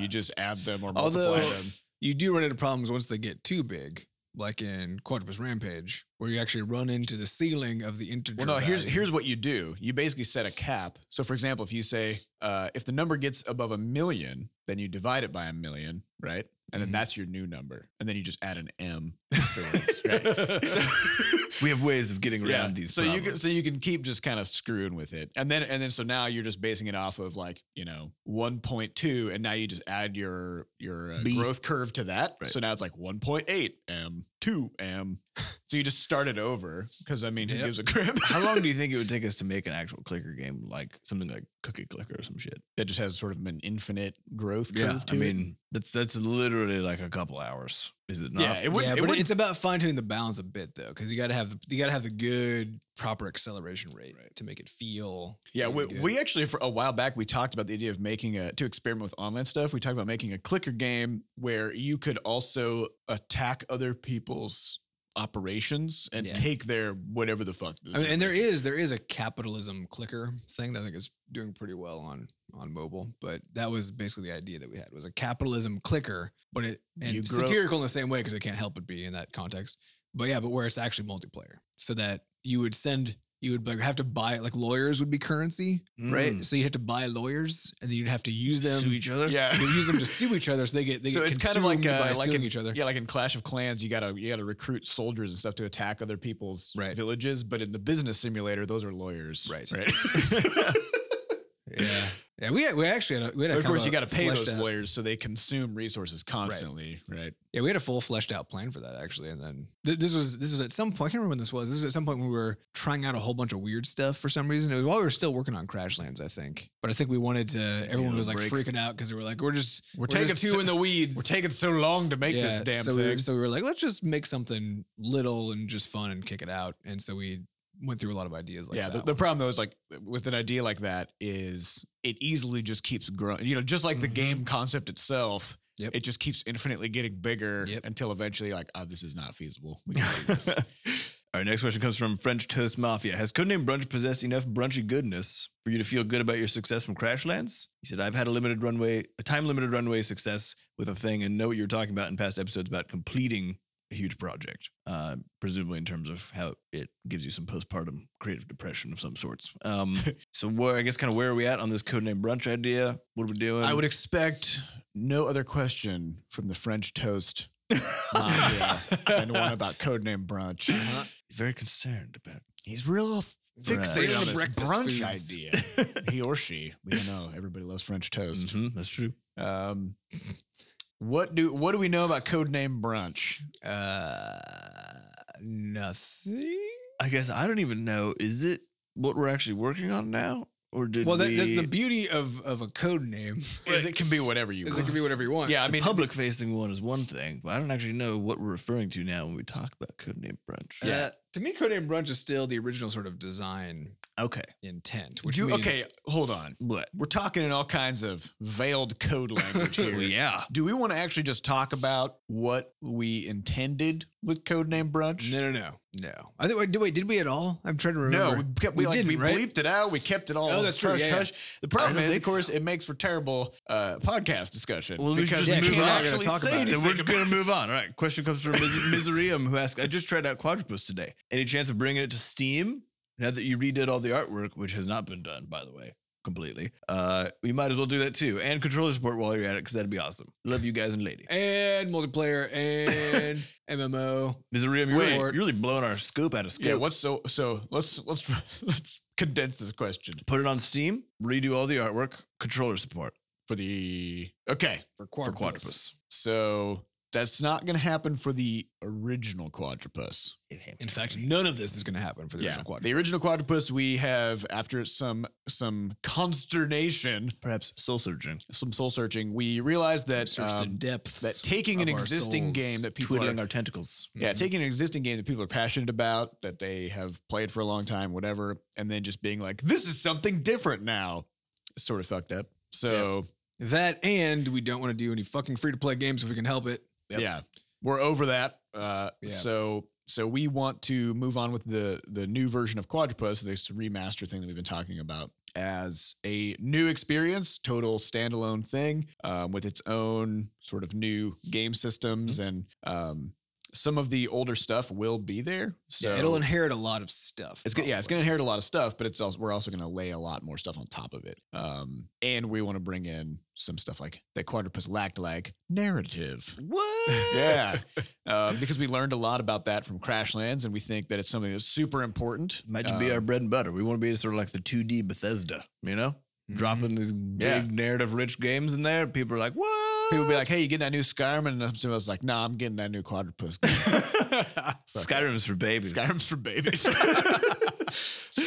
Speaker 2: you just add them or multiply
Speaker 3: Although-
Speaker 2: them.
Speaker 3: You do run into problems once they get too big, like in Quadrupus Rampage, where you actually run into the ceiling of the integer.
Speaker 2: Well, no, here's
Speaker 3: value.
Speaker 2: here's what you do. You basically set a cap. So, for example, if you say uh, if the number gets above a million, then you divide it by a million, right? And then
Speaker 3: Mhm.
Speaker 2: that's your new number. And then you just add an M. afterwards, right? So-
Speaker 1: we have ways of getting around
Speaker 2: Yeah.
Speaker 1: these.
Speaker 2: So you can,
Speaker 1: problems.
Speaker 2: so you can keep just kind of screwing with it, and then and then so now you're just basing it off of like you know 1.2, and now you just add your your uh,
Speaker 1: B.
Speaker 2: growth curve to that.
Speaker 1: Right.
Speaker 2: So now it's like 1.8 m, 2 m. So you just start it over because I mean who
Speaker 3: Yep.
Speaker 2: gives a crap?
Speaker 1: How long do you think it would take us to make an actual clicker game, like something like Cookie Clicker or some shit?
Speaker 2: that just has sort of an infinite growth curve
Speaker 1: Yeah,
Speaker 2: to
Speaker 1: I
Speaker 2: it.
Speaker 1: mean that's that's literally like a couple hours, is it not?
Speaker 2: yeah, it would.
Speaker 3: yeah,
Speaker 2: it
Speaker 3: but
Speaker 2: would
Speaker 3: it's about fine tuning the balance a bit though, because you got to have the, you got to have the good proper acceleration rate to make it feel.
Speaker 2: yeah, we,
Speaker 3: really good.
Speaker 2: we actually for a while back we talked about the idea of making a to experiment with online stuff. We talked about making a clicker game where you could also attack other people's operations and
Speaker 3: Yeah.
Speaker 2: take their whatever the fuck.
Speaker 3: I mean, and there is there is a capitalism clicker thing that I think is doing pretty well on on mobile, but that was basically the idea that we had was a capitalism clicker, but it and
Speaker 2: You grow-
Speaker 3: satirical in the same way because it can't help but be in that context. But yeah, but where it's actually multiplayer, so that you would send you would like have to buy like lawyers would be currency, right?
Speaker 1: Mm.
Speaker 3: So you would have to buy lawyers, and then you'd have to use them.
Speaker 1: Sue each other.
Speaker 2: Yeah.
Speaker 3: you use them to sue each other, so they get they
Speaker 2: So
Speaker 3: get
Speaker 2: it's kind of like,
Speaker 3: consumed by
Speaker 2: uh, like
Speaker 3: suing
Speaker 2: in-
Speaker 3: each other.
Speaker 2: Yeah, like in Clash of Clans, you gotta you gotta recruit soldiers and stuff to attack other people's
Speaker 3: Right.
Speaker 2: villages. But in the business simulator, those are lawyers.
Speaker 3: Right.
Speaker 2: Right.
Speaker 3: Yeah, yeah. We had, we actually had a, we had a
Speaker 2: of
Speaker 3: kind
Speaker 2: course, you
Speaker 3: a
Speaker 2: gotta pay
Speaker 3: fleshed
Speaker 2: those
Speaker 3: out-
Speaker 2: lawyers so they consume resources constantly. right.
Speaker 3: Yeah, we had a full fleshed out plan for that actually, and then th- this was this was at some point. I can't remember when this was. This was at some point when we were trying out a whole bunch of weird stuff for some reason. It was while we were still working on Crashlands, I think. But I think we wanted to. Everyone
Speaker 1: a
Speaker 3: was like
Speaker 1: break.
Speaker 3: freaking out because they were like, "We're just
Speaker 2: We're,
Speaker 3: we're
Speaker 2: taking
Speaker 3: just two in the weeds."
Speaker 2: We're taking so long to make this
Speaker 3: Yeah,
Speaker 2: damn
Speaker 3: so We were,
Speaker 2: thing.
Speaker 3: so we were like, let's just make something little and just fun and kick it out. And so we went through a lot of ideas like
Speaker 2: yeah, the,
Speaker 3: that.
Speaker 2: the problem though is like with an idea like that is it easily just keeps growing. You know, just like the
Speaker 3: Mhm.
Speaker 2: game concept itself,
Speaker 3: Yep.
Speaker 2: it just keeps infinitely getting bigger
Speaker 3: Yep.
Speaker 2: until eventually like, oh, this is not feasible. We can't do this.
Speaker 1: All right, next question comes from French Toast Mafia. Has Codename Brunch possessed enough brunchy goodness for you to feel good about your success from Crashlands? He said, I've had a limited runway, a time limited runway success with a thing and know what you were talking about in past episodes about completing a huge project, uh, presumably in terms of how it gives you some postpartum creative depression of some sorts. Um, so, where, I guess, kind of where are we at on this Codename Brunch idea? What are we doing?
Speaker 2: I would expect no other question from the French toast mafia than one about codename brunch.
Speaker 3: Uh-huh.
Speaker 1: He's very concerned about
Speaker 2: He's real
Speaker 1: Right.
Speaker 2: fixated on
Speaker 1: Real
Speaker 2: this
Speaker 3: breakfast
Speaker 2: brunch
Speaker 3: foods.
Speaker 2: idea. he or she, we don't know. Everybody loves French toast.
Speaker 3: Mm-hmm.
Speaker 1: Mhm, that's true.
Speaker 2: Um, what do what do we know about Codename Brunch?
Speaker 3: Uh, nothing.
Speaker 1: I guess I don't even know. Is it what we're actually working on now? Or did
Speaker 3: Well, that,
Speaker 1: we...
Speaker 3: that's the beauty of of a code name.
Speaker 2: Is it can be whatever you
Speaker 3: Is
Speaker 2: want.
Speaker 3: it can be whatever you want.
Speaker 2: yeah, I
Speaker 1: I
Speaker 2: mean,
Speaker 1: mean, public facing one is one thing, but I don't actually know what we're referring to now when we talk about codename brunch.
Speaker 2: Yeah.
Speaker 3: Uh, to me, Codename Brunch is still the original sort of design
Speaker 1: Okay.
Speaker 3: intent. Which
Speaker 2: do you,
Speaker 3: means-
Speaker 2: okay, hold on.
Speaker 1: But
Speaker 2: We're talking in all kinds of veiled code language here.
Speaker 1: well, yeah.
Speaker 2: Do we want to actually just talk about what we intended with Codename Brunch?
Speaker 3: No, no, no, no. I think. Wait, did, wait, did we at all? I'm trying to remember.
Speaker 2: we, kept, we,
Speaker 3: We
Speaker 2: like,
Speaker 3: didn't,
Speaker 2: we
Speaker 3: right?
Speaker 2: bleeped it out. We kept it all.
Speaker 3: Oh, that's true,
Speaker 2: hush,
Speaker 3: yeah, yeah.
Speaker 2: hush. The problem
Speaker 1: don't
Speaker 2: is, of
Speaker 1: think
Speaker 2: course,
Speaker 1: so.
Speaker 2: it makes for terrible uh, podcast discussion
Speaker 1: Well, we should
Speaker 2: because
Speaker 1: just
Speaker 2: we
Speaker 3: yeah,
Speaker 1: move
Speaker 2: can't
Speaker 1: on.
Speaker 3: We're
Speaker 2: actually
Speaker 3: gonna talk
Speaker 2: say
Speaker 3: about it.
Speaker 1: Then
Speaker 2: anything.
Speaker 1: we're just going to move on. All right. Question comes from Mis- Miserium, who asked, I just tried out Quadrupus today. Any chance of bringing it to Steam? Now that you redid all the artwork, which has not been done, by the way, completely, uh, we might as well do that too. And controller support while you're at it, because that'd be awesome. Love you guys and lady.
Speaker 3: and multiplayer and MMO.
Speaker 1: Mizraim, you're, really,
Speaker 3: Wait.
Speaker 1: you're really blowing our scoop out of scope.
Speaker 2: Yeah, what's so so let's let's let's condense this question
Speaker 1: Put it on Steam, redo all the artwork, controller support
Speaker 2: for the Okay.
Speaker 3: for
Speaker 1: for
Speaker 3: Quadrupus.
Speaker 1: Quadrupus.
Speaker 2: So that's not going to happen for the original quadrupus.
Speaker 3: In fact, none of this is going to happen for the original Quadrupus.
Speaker 2: The original quadrupus we have after some some consternation,
Speaker 1: perhaps soul searching,
Speaker 2: some soul searching, we realized that
Speaker 3: Search the
Speaker 2: um,
Speaker 3: depths.
Speaker 2: that taking an
Speaker 3: of our
Speaker 2: existing
Speaker 3: souls,
Speaker 2: game that people are
Speaker 1: twiddling our tentacles.
Speaker 2: Yeah,
Speaker 3: Mhm.
Speaker 2: taking an existing game that people are passionate about, that they have played for a long time, whatever, and then just being like, this is something different now, is sort of fucked up. So,
Speaker 3: That and we don't want to do any fucking free to play games if we can help it. Yep.
Speaker 2: yeah, we're over that. Uh,
Speaker 3: Yeah.
Speaker 2: So, so we want to move on with the the new version of Quadrupus, this remaster thing that we've been talking about, as a new experience, total standalone thing um, with its own sort of new game systems
Speaker 3: Mm-hmm.
Speaker 2: and. Um, some of the older stuff will be there, so
Speaker 3: It'll inherit a lot of stuff.
Speaker 2: It's gonna, yeah, it's going
Speaker 3: probably.
Speaker 2: to inherit a lot of stuff, but it's also we're also going to lay a lot more stuff on top of it. Um, and we want to bring in some stuff like that quadrupus lacked like narrative.
Speaker 1: What?
Speaker 2: Yeah, uh, because we learned a lot about that from Crashlands, and we think that it's something that's super important.
Speaker 1: Might just be
Speaker 2: Um,
Speaker 1: our bread and butter. We want to be sort of like the 2D Bethesda, you know? Dropping these big
Speaker 2: Mm-hmm. Yeah.
Speaker 1: narrative rich games in there. People are like, what?
Speaker 2: people be like, "Hey, you getting that new Skyrim?" And somebody was like, "Nah, I'm getting that new quadrupus.
Speaker 1: Skyrim's for babies.
Speaker 2: Skyrim's for babies."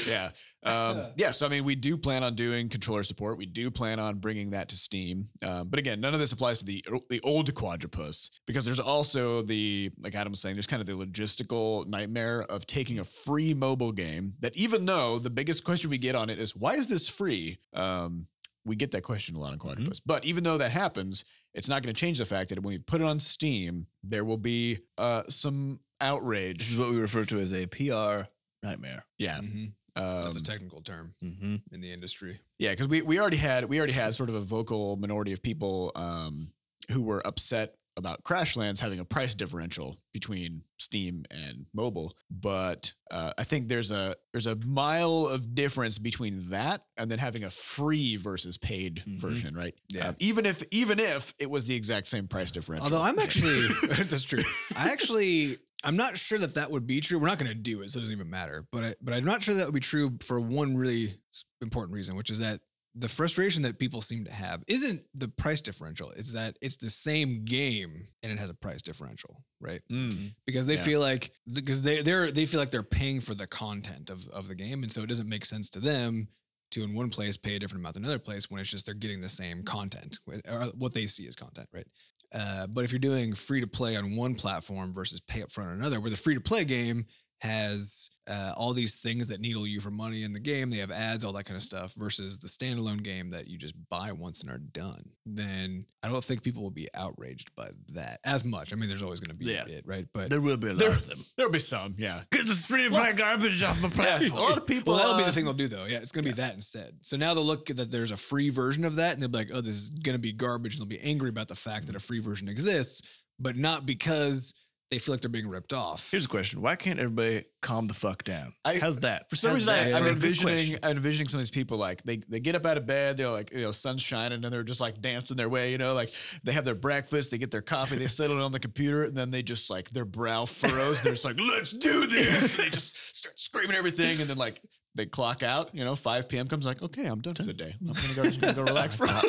Speaker 2: yeah. Um, yeah. So, I mean, we do plan on doing controller support. We do plan on bringing that to Steam. Um, but again, none of this applies to the the old quadrupus because there's also the, like Adam was saying, there's kind of the logistical nightmare of taking a free mobile game that, even though the biggest question we get on it is, why is this free? Um, we get that question a lot on quadrupus. But even though that happens, it's not going to change the fact that when we put it on Steam, there will be uh, some outrage.
Speaker 1: This is what we refer to as a PR nightmare.
Speaker 2: Yeah.
Speaker 3: Mhm.
Speaker 2: Um,
Speaker 3: That's a technical term
Speaker 1: Mm-hmm.
Speaker 3: in the industry.
Speaker 2: Yeah, because we we already had we already had sort of a vocal minority of people um, who were upset about Crashlands having a price differential between Steam and mobile. But uh, I think there's a there's a mile of difference between that and then having a free versus paid
Speaker 1: Mhm.
Speaker 2: version, right?
Speaker 3: Mm-hmm. Yeah.
Speaker 2: Um, even if even if it was the exact same price differential.
Speaker 3: Although I'm
Speaker 2: So-
Speaker 3: actually, that's true. I actually, I'm not sure that that would be true. We're not going to do it, so it doesn't even matter. But I, but I'm not sure that would be true for one really s- important reason, which is that the frustration that people seem to have isn't the price differential. It's that it's the same game and it has a price differential, right?
Speaker 2: Mm,
Speaker 3: because they
Speaker 2: Yeah.
Speaker 3: feel like because they they're they feel like they're paying for the content of of the game, and so it doesn't make sense to them to in one place pay a different amount than another place when it's just they're getting the same content wh- or what they see as content, right? Uh, but if you're doing free to play on one platform versus pay up front on another, where the free to play game has uh, all these things that needle you for money in the game. They have ads, all that kind of stuff, versus the standalone game that you just buy once and are done. Then I don't think people will be outraged by that as much. I mean, there's always going to be
Speaker 1: Yeah.
Speaker 3: a bit, right? But
Speaker 1: There will be a lot
Speaker 2: There-
Speaker 1: of them.
Speaker 2: there'll be some, yeah.
Speaker 1: Get this free to play garbage off my
Speaker 2: A lot of people.
Speaker 3: well, that'll be
Speaker 2: uh,
Speaker 3: the thing they'll do though. Yeah, it's going to be that instead. So now they'll look that there's a free version of that, and they'll be like, "Oh, this is going to be garbage," and they'll be angry about the fact that a free version exists, but not because they feel like they're being ripped off.
Speaker 1: Here's a question Why can't everybody calm the fuck down?
Speaker 2: I-
Speaker 1: How's that?
Speaker 2: For some
Speaker 1: How's
Speaker 2: reason, I,
Speaker 1: that
Speaker 2: I'm
Speaker 1: for a good
Speaker 2: envisioning
Speaker 1: question?
Speaker 2: I'm envisioning some of these people like they they get up out of bed, they're like you know sun's shining, and they're just like dancing their way, you know, like they have their breakfast, they get their coffee, they settle down on the computer, and then they just like their brow furrows, they're just like let's do this, and they just start screaming everything, and then like they clock out, you know, 5 p.m. comes like okay, I'm done for the day, I'm gonna go, just gonna go relax for. a while."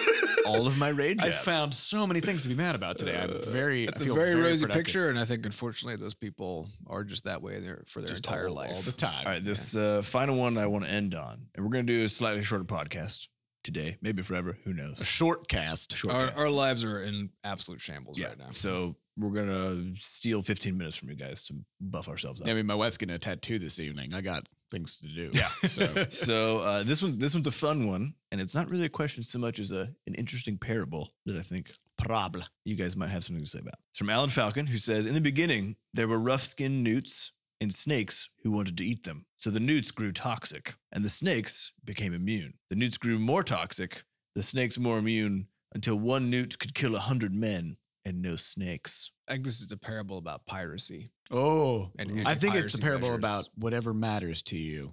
Speaker 1: all of my rage.
Speaker 2: I
Speaker 1: out.
Speaker 2: found so many things to be mad about today. I'm very.
Speaker 3: That's
Speaker 2: I
Speaker 3: a
Speaker 2: feel
Speaker 3: very, rosy
Speaker 2: productive.
Speaker 3: picture, and I think unfortunately those people are just that way there for their
Speaker 2: Just
Speaker 3: entire
Speaker 2: all-
Speaker 3: life.
Speaker 2: all the time.
Speaker 1: All right, this uh, final one I want to end on, and we're going to do a slightly shorter podcast today, maybe forever. Who
Speaker 2: A
Speaker 1: knows?
Speaker 2: short cast.
Speaker 1: Short
Speaker 3: Our,
Speaker 1: cast.
Speaker 3: our lives are in absolute shambles
Speaker 1: yeah.
Speaker 3: right now.
Speaker 1: So we're going to steal 15 minutes from you guys to buff ourselves up.
Speaker 2: I mean, my wife's getting a tattoo this evening. I got things to do.
Speaker 1: Yeah.
Speaker 2: So.
Speaker 1: so uh, this one, this one's a fun one, and it's not really a question so much as a an interesting parable that I think
Speaker 2: Problem.
Speaker 1: you guys might have something to say about. It's from Alan Falcon, who says, In the beginning, there were rough skinned newts and snakes who wanted to eat them. So the newts grew toxic, and the snakes became immune. The newts grew more toxic, the snakes more immune, until one newt could kill a hundred men and no snakes.
Speaker 3: I think this is a parable about piracy.
Speaker 2: Oh,
Speaker 3: And
Speaker 2: I think it's
Speaker 3: anti-piracy
Speaker 2: a parable
Speaker 3: measures.
Speaker 2: about whatever matters to you.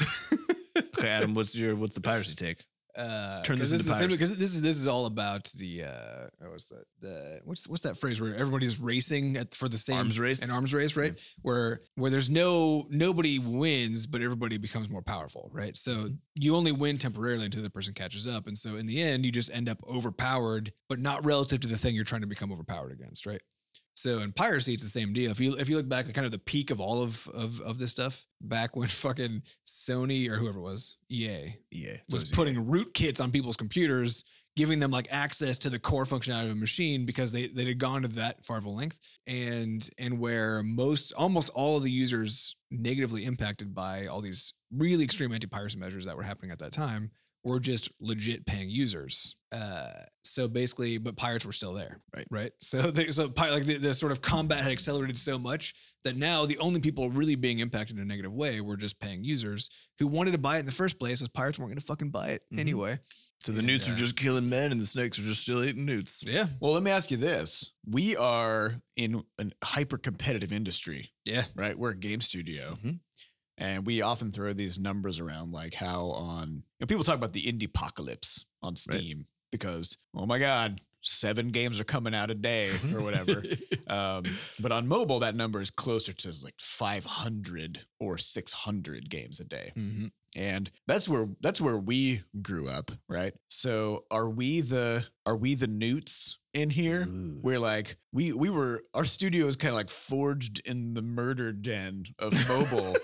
Speaker 1: Okay, Adam, what's your what's the piracy take?
Speaker 3: Uh,
Speaker 1: Turn
Speaker 3: 'cause
Speaker 1: this into pirates.
Speaker 3: because this is this is all about the uh, oh, what's that? The what's what's that phrase where everybody's racing at, for the same
Speaker 1: Arms race? Mm-hmm.
Speaker 3: an arms race, right? Where where there's no nobody wins, but everybody becomes more powerful, right?
Speaker 1: Mm-hmm.
Speaker 3: So you only win temporarily until the person catches up, and so in the end, you just end up overpowered, but not relative to the thing you're trying to become overpowered against, right? So in piracy, it's the same deal. If you if you look back at kind of the peak of all of of, of this stuff, back when fucking Sony or whoever it was E EA
Speaker 1: Yeah.
Speaker 3: was putting rootkits on people's computers, giving them like access to the core functionality of a machine because they they had gone to that far of a length, and and where most almost all of the users negatively impacted by all these really extreme anti-piracy measures that were happening at that time were just legit paying users. Uh, so basically, but pirates were still there,
Speaker 1: Right.
Speaker 3: Right. So they, so pi- like the, the sort of combat had accelerated so much that now the only people really being impacted in a negative way were just paying users who wanted to buy it in the first place. Because pirates weren't going to fucking buy it
Speaker 2: Mm-hmm.
Speaker 1: Mhm.
Speaker 3: anyway.
Speaker 1: So the
Speaker 3: And,
Speaker 1: newts
Speaker 3: uh,
Speaker 1: are just killing men, and the snakes are just still eating newts.
Speaker 3: Yeah.
Speaker 2: Well, let me ask you this. We are in an hyper competitive industry.
Speaker 3: Yeah.
Speaker 2: Right? We're a game studio.
Speaker 1: Mhm.
Speaker 2: And we often throw these numbers around, like how on you know, people talk about the indie apocalypse on
Speaker 1: Right.
Speaker 2: Steam because, oh my God, seven games are coming out a day or whatever. um, but on mobile, that number is closer to like 500 or 600 games a day
Speaker 3: Mm-hmm.
Speaker 2: and that's where that's where we grew up right so are we the are we the newts in here
Speaker 1: Ooh.
Speaker 2: we're like we we were our studio is kind of like forged in the murder den of mobile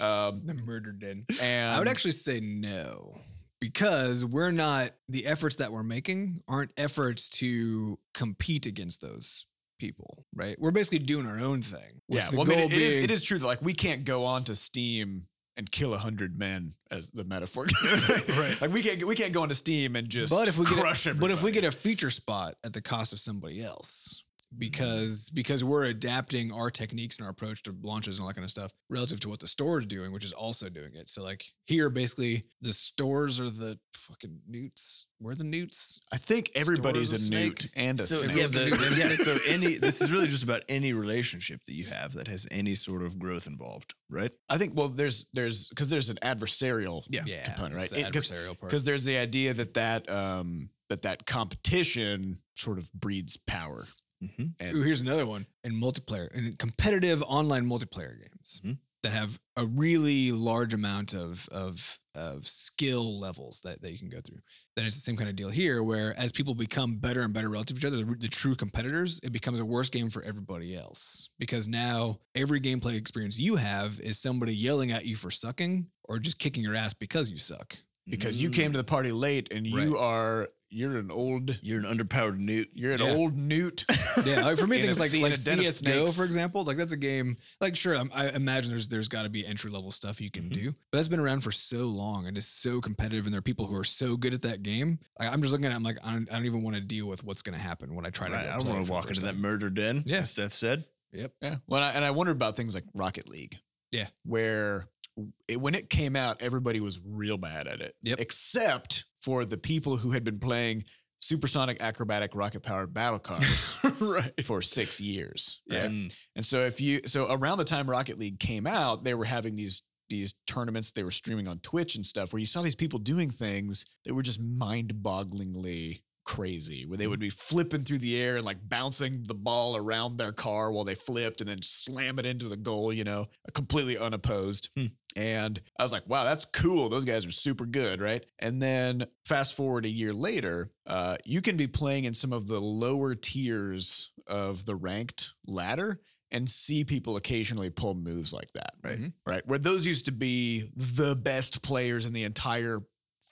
Speaker 2: um
Speaker 3: The murder den.
Speaker 2: and
Speaker 3: I would actually say no because we're not the efforts that we're making aren't efforts to compete against those people, right? We're basically doing our own thing. with
Speaker 2: yeah
Speaker 3: the
Speaker 2: well I mean,
Speaker 3: goal
Speaker 2: it, it is,
Speaker 3: being-
Speaker 2: it is true that like we can't go on to steam and kill a hundred men as the metaphor
Speaker 1: Right.
Speaker 2: like we can't we can't go onto steam and just
Speaker 3: but if we
Speaker 2: crush
Speaker 3: get a, but if we
Speaker 2: everybody.
Speaker 3: get a feature spot at the cost of somebody else because
Speaker 2: Mm-hmm.
Speaker 3: because we're adapting our techniques and our approach to launches and all that kind of stuff relative to what the store is doing which is also doing it so like here basically the stores are the fucking newts we're the newts
Speaker 2: i think everybody's
Speaker 3: stores
Speaker 2: a
Speaker 3: a
Speaker 2: newt
Speaker 3: snake.
Speaker 2: and a
Speaker 1: So
Speaker 2: snake.
Speaker 1: yeah, the,
Speaker 3: Everyone's
Speaker 1: yeah, so any this is really just about any relationship that you have that has any sort of growth involved, right?
Speaker 2: I think well, there's there's because there's an adversarial
Speaker 1: Yeah.
Speaker 2: component,
Speaker 3: that's
Speaker 2: right?
Speaker 3: the
Speaker 2: It- 'cause-
Speaker 3: adversarial part
Speaker 2: because there's the idea that that um that that competition sort of breeds power.
Speaker 1: Mm-hmm.
Speaker 2: And
Speaker 3: Ooh, here's another one in multiplayer in competitive online multiplayer games
Speaker 1: Mhm.
Speaker 3: that have a really large amount of of of skill levels that, that you can go through. Then it's the same kind of deal here, where as people become better and better relative to each other, the, the true competitors, it becomes a worse game for everybody else because now every gameplay experience you have is somebody yelling at you for sucking or just kicking your ass because you suck.
Speaker 2: because you came to the party late and you
Speaker 3: Right.
Speaker 2: are you're an old
Speaker 1: you're an underpowered newt.
Speaker 2: Mm-hmm. you're an
Speaker 3: Yeah.
Speaker 2: old newt.
Speaker 3: Yeah, like, for me,
Speaker 2: In a
Speaker 3: things like
Speaker 2: sea- in
Speaker 3: like
Speaker 2: a den of
Speaker 3: CS:GO,
Speaker 2: snakes.
Speaker 3: for example, like that's a game. Like, sure, I'm, I imagine there's there's got to be entry level stuff you can
Speaker 1: Mhm.
Speaker 3: do, but that's been around for so long and is so competitive, and there are people who are so good at that game. I, I'm just looking at, it, I'm like, I don't, I don't even want to deal with what's going to happen when I try to.
Speaker 1: Right,
Speaker 3: go
Speaker 1: I don't
Speaker 3: play
Speaker 1: want
Speaker 3: it
Speaker 1: to
Speaker 3: for
Speaker 1: walk
Speaker 3: the first
Speaker 1: into that
Speaker 3: time.
Speaker 1: murder den.
Speaker 3: Yeah.
Speaker 1: as Seth said.
Speaker 3: Yep.
Speaker 2: yeah. Well, and I, and I wonder about things like Rocket League.
Speaker 3: Yeah.
Speaker 2: Where it, when it came out, everybody was real bad at it.
Speaker 3: Yep.
Speaker 2: Except for the people who had been playing supersonic acrobatic rocket powered battle cars
Speaker 1: right.
Speaker 2: for six years.
Speaker 1: Yeah.
Speaker 2: right? And so if you so around the time Rocket League came out, they were having these these tournaments they were streaming on Twitch and stuff where you saw these people doing things that were just mind-bogglingly crazy where they would be flipping through the air and like bouncing the ball around their car while they flipped and then slam it into the goal, you know, completely unopposed.
Speaker 1: Hmm.
Speaker 2: And I was like, wow, that's cool. Those guys are super good, right? And then fast forward a year later, uh, you can be playing in some of the lower tiers of the ranked ladder and see people occasionally pull moves like that,
Speaker 1: Right.
Speaker 3: Mhm.
Speaker 2: right? Where those used to be the best players in the entire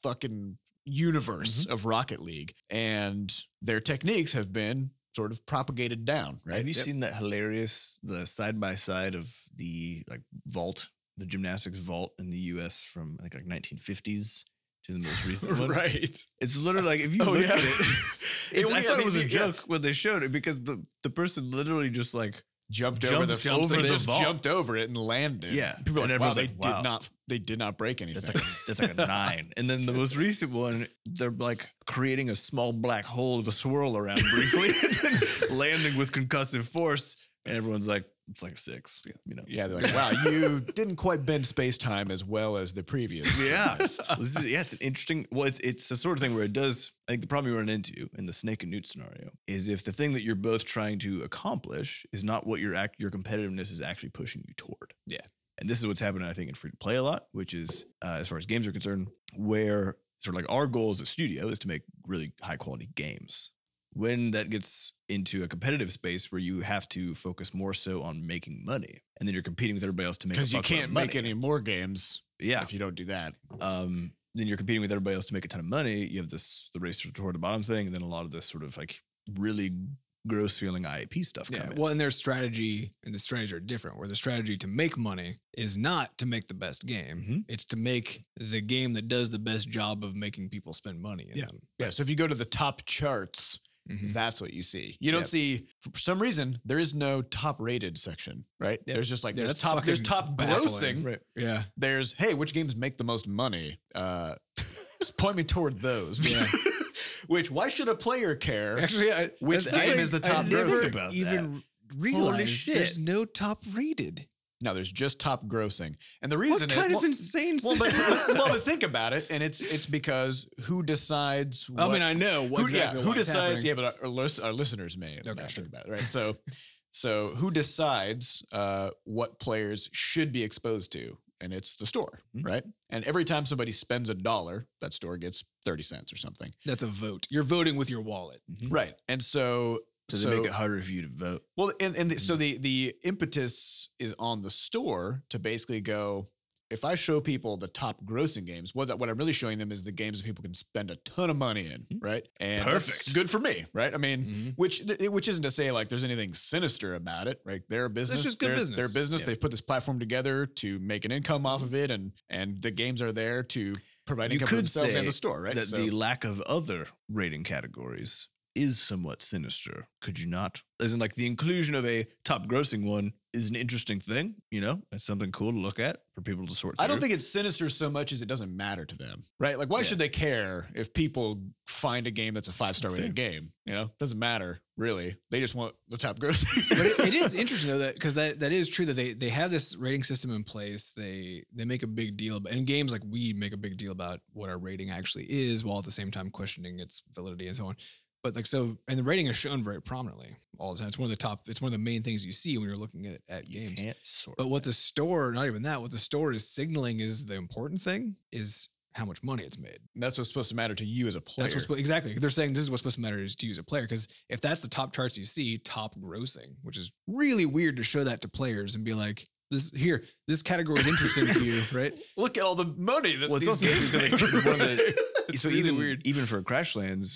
Speaker 2: fucking universe
Speaker 1: Mm-hmm.
Speaker 2: of Rocket League. And their techniques have been sort of propagated down, right?
Speaker 1: Have you seen that hilarious the side by side of the like vault, the gymnastics vault in the U.S. from I think like 1950s to the most recent one?
Speaker 2: right.
Speaker 1: It's literally like if you
Speaker 2: Oh,
Speaker 1: look
Speaker 2: yeah.
Speaker 1: at it, it,
Speaker 2: well,
Speaker 1: I
Speaker 2: yeah,
Speaker 1: thought
Speaker 2: the-
Speaker 1: it was a
Speaker 2: the-
Speaker 1: joke when they showed it because the the person literally just like
Speaker 2: Jumped
Speaker 1: Jumps-
Speaker 2: over the
Speaker 1: jumps
Speaker 2: they
Speaker 1: over the
Speaker 2: just
Speaker 1: vault.
Speaker 2: jumped over it and landed.
Speaker 1: Yeah.
Speaker 2: people are
Speaker 1: And
Speaker 2: like, wow,
Speaker 1: everyone's
Speaker 2: they
Speaker 1: like, wow.
Speaker 2: did not they did not break anything.
Speaker 1: that's like a, that's like a nine, and then the most recent one they're like creating a small black hole to swirl around briefly, and then landing with concussive force. And everyone's like, it's like a six, you know.
Speaker 2: Yeah, they're like, wow, you didn't quite bend space time as well as the previous.
Speaker 1: Yeah, this is, yeah, it's an interesting. Well, it's it's the sort of thing where it does. I think the problem you run into in the snake and newt scenario is if the thing that you're both trying to accomplish is not what your act your competitiveness is actually pushing you toward.
Speaker 3: Yeah.
Speaker 1: and this is what's happening, I think, in free to play a lot, which is uh, as far as games are concerned, where sort of like our goal as a studio is to make really high quality games. When that gets into a competitive space where you have to focus more so on making money, and then you're competing with everybody else to make a
Speaker 2: Because you
Speaker 1: fuck ton of
Speaker 2: can't make
Speaker 1: money.
Speaker 2: any more games
Speaker 1: Yeah,
Speaker 2: if you don't do that.
Speaker 1: um, then you're competing with everybody else to make a ton of money. You have this the race toward the bottom thing, and then a lot of this sort of like really gross feeling IAP stuff.
Speaker 3: Yeah.
Speaker 1: come in.
Speaker 3: Well, and their strategy and the strategies are different, where the strategy to make money is not to make the best game.
Speaker 1: Mhm.
Speaker 3: It's to make the game that does the best job of making people spend money. in
Speaker 2: Yeah.
Speaker 3: them.
Speaker 2: Yeah. So if you go to the top charts,
Speaker 3: Mhm.
Speaker 2: that's what you see. You don't
Speaker 1: Mm-hmm. Yep.
Speaker 2: see for some reason there is no top rated section, right?
Speaker 3: Yep.
Speaker 2: There's just like
Speaker 3: Yeah,
Speaker 2: there's
Speaker 3: that's
Speaker 2: top there's top
Speaker 3: fucking baffling.
Speaker 2: grossing.
Speaker 1: right.
Speaker 3: Yeah.
Speaker 2: There's hey, which games make the most money? Uh just point me toward those.
Speaker 3: Yeah.
Speaker 2: which why should a player care?
Speaker 3: Actually, I,
Speaker 2: Which
Speaker 3: that's
Speaker 2: game
Speaker 3: something
Speaker 2: is the
Speaker 3: I
Speaker 2: top
Speaker 3: never
Speaker 1: grosser about
Speaker 3: Even realized
Speaker 1: shit.
Speaker 3: there's no top rated.
Speaker 2: No, there's just top grossing. And the reason
Speaker 3: what kind
Speaker 2: is,
Speaker 3: of insane?
Speaker 2: well, well,
Speaker 3: system-
Speaker 2: but, well, but think about it, and it's it's because who decides? What,
Speaker 3: I mean, I know what
Speaker 2: who,
Speaker 3: exactly
Speaker 2: yeah, who
Speaker 3: what's
Speaker 2: decides?
Speaker 3: happening.
Speaker 2: Yeah, but our, lis- our listeners may not
Speaker 3: Okay, sure.
Speaker 2: think about it, right? So, so who decides uh, what players should be exposed to? And it's the store,
Speaker 3: Mm-hmm.
Speaker 1: Mhm.
Speaker 2: right? And every time somebody spends a dollar, that store gets thirty cents or something,
Speaker 3: That's a vote. You're voting with your wallet.
Speaker 2: right? And so,
Speaker 1: So,
Speaker 2: so
Speaker 1: they make Mm. it harder for you to vote.
Speaker 2: well, and, and the, so the the impetus is on the store to basically go. If I show people the top grossing games, what what I'm really showing them is the games that people can spend a ton of money in, right? And that's
Speaker 1: Mm. Perfect. Mm.
Speaker 2: good for me, right? I
Speaker 3: Mm-hmm.
Speaker 2: mean, which which isn't to say like there's anything sinister about it, right? They're a business,
Speaker 3: just good
Speaker 2: they're,
Speaker 3: business.
Speaker 2: They're a business.
Speaker 1: Yeah.
Speaker 2: They've put this platform together to make an income off of it, and and the games are there to provide
Speaker 1: You
Speaker 2: income for
Speaker 1: could
Speaker 2: themselves
Speaker 1: say
Speaker 2: and the store, right?
Speaker 1: that
Speaker 2: So-
Speaker 1: the lack of other rating categories is somewhat sinister. Could you not? As in, like the inclusion of a top grossing one is an interesting thing. You know, it's something cool to look at for people to sort.
Speaker 2: I don't
Speaker 1: through.
Speaker 2: think it's sinister so much as it doesn't matter to them, right? Like, why
Speaker 1: Yeah.
Speaker 2: should they care if people find a game that's a five star
Speaker 1: That's
Speaker 2: rated game? You know, doesn't matter really. They just want the top gross.
Speaker 3: but it, it is interesting though that because that, that is true that they they have this rating system in place. They they make a big deal about in games like we make a big deal about what our rating actually is, while at the same time questioning its validity and so on. But like so, and the rating is shown very prominently all the time. It's one of the top. It's one of the main things you see when you're looking at at
Speaker 1: you
Speaker 3: games.
Speaker 1: can't sort.
Speaker 3: But what the store, not even that, what the store is signaling is the important thing is how much money it's made.
Speaker 2: that's what's supposed to matter to you as a player.
Speaker 3: That's what's exactly. They're saying this is what's supposed to matter is to use a player because if that's the top charts you see, top grossing, which is really weird to show that to players and be like, "This here, this category is interesting to you, right?"
Speaker 2: Look at all the money that
Speaker 1: Well, it's
Speaker 2: these
Speaker 1: also
Speaker 2: games
Speaker 1: because,
Speaker 2: make.
Speaker 1: like, one of the-
Speaker 2: It's
Speaker 1: so
Speaker 2: really
Speaker 1: even even for Crashlands,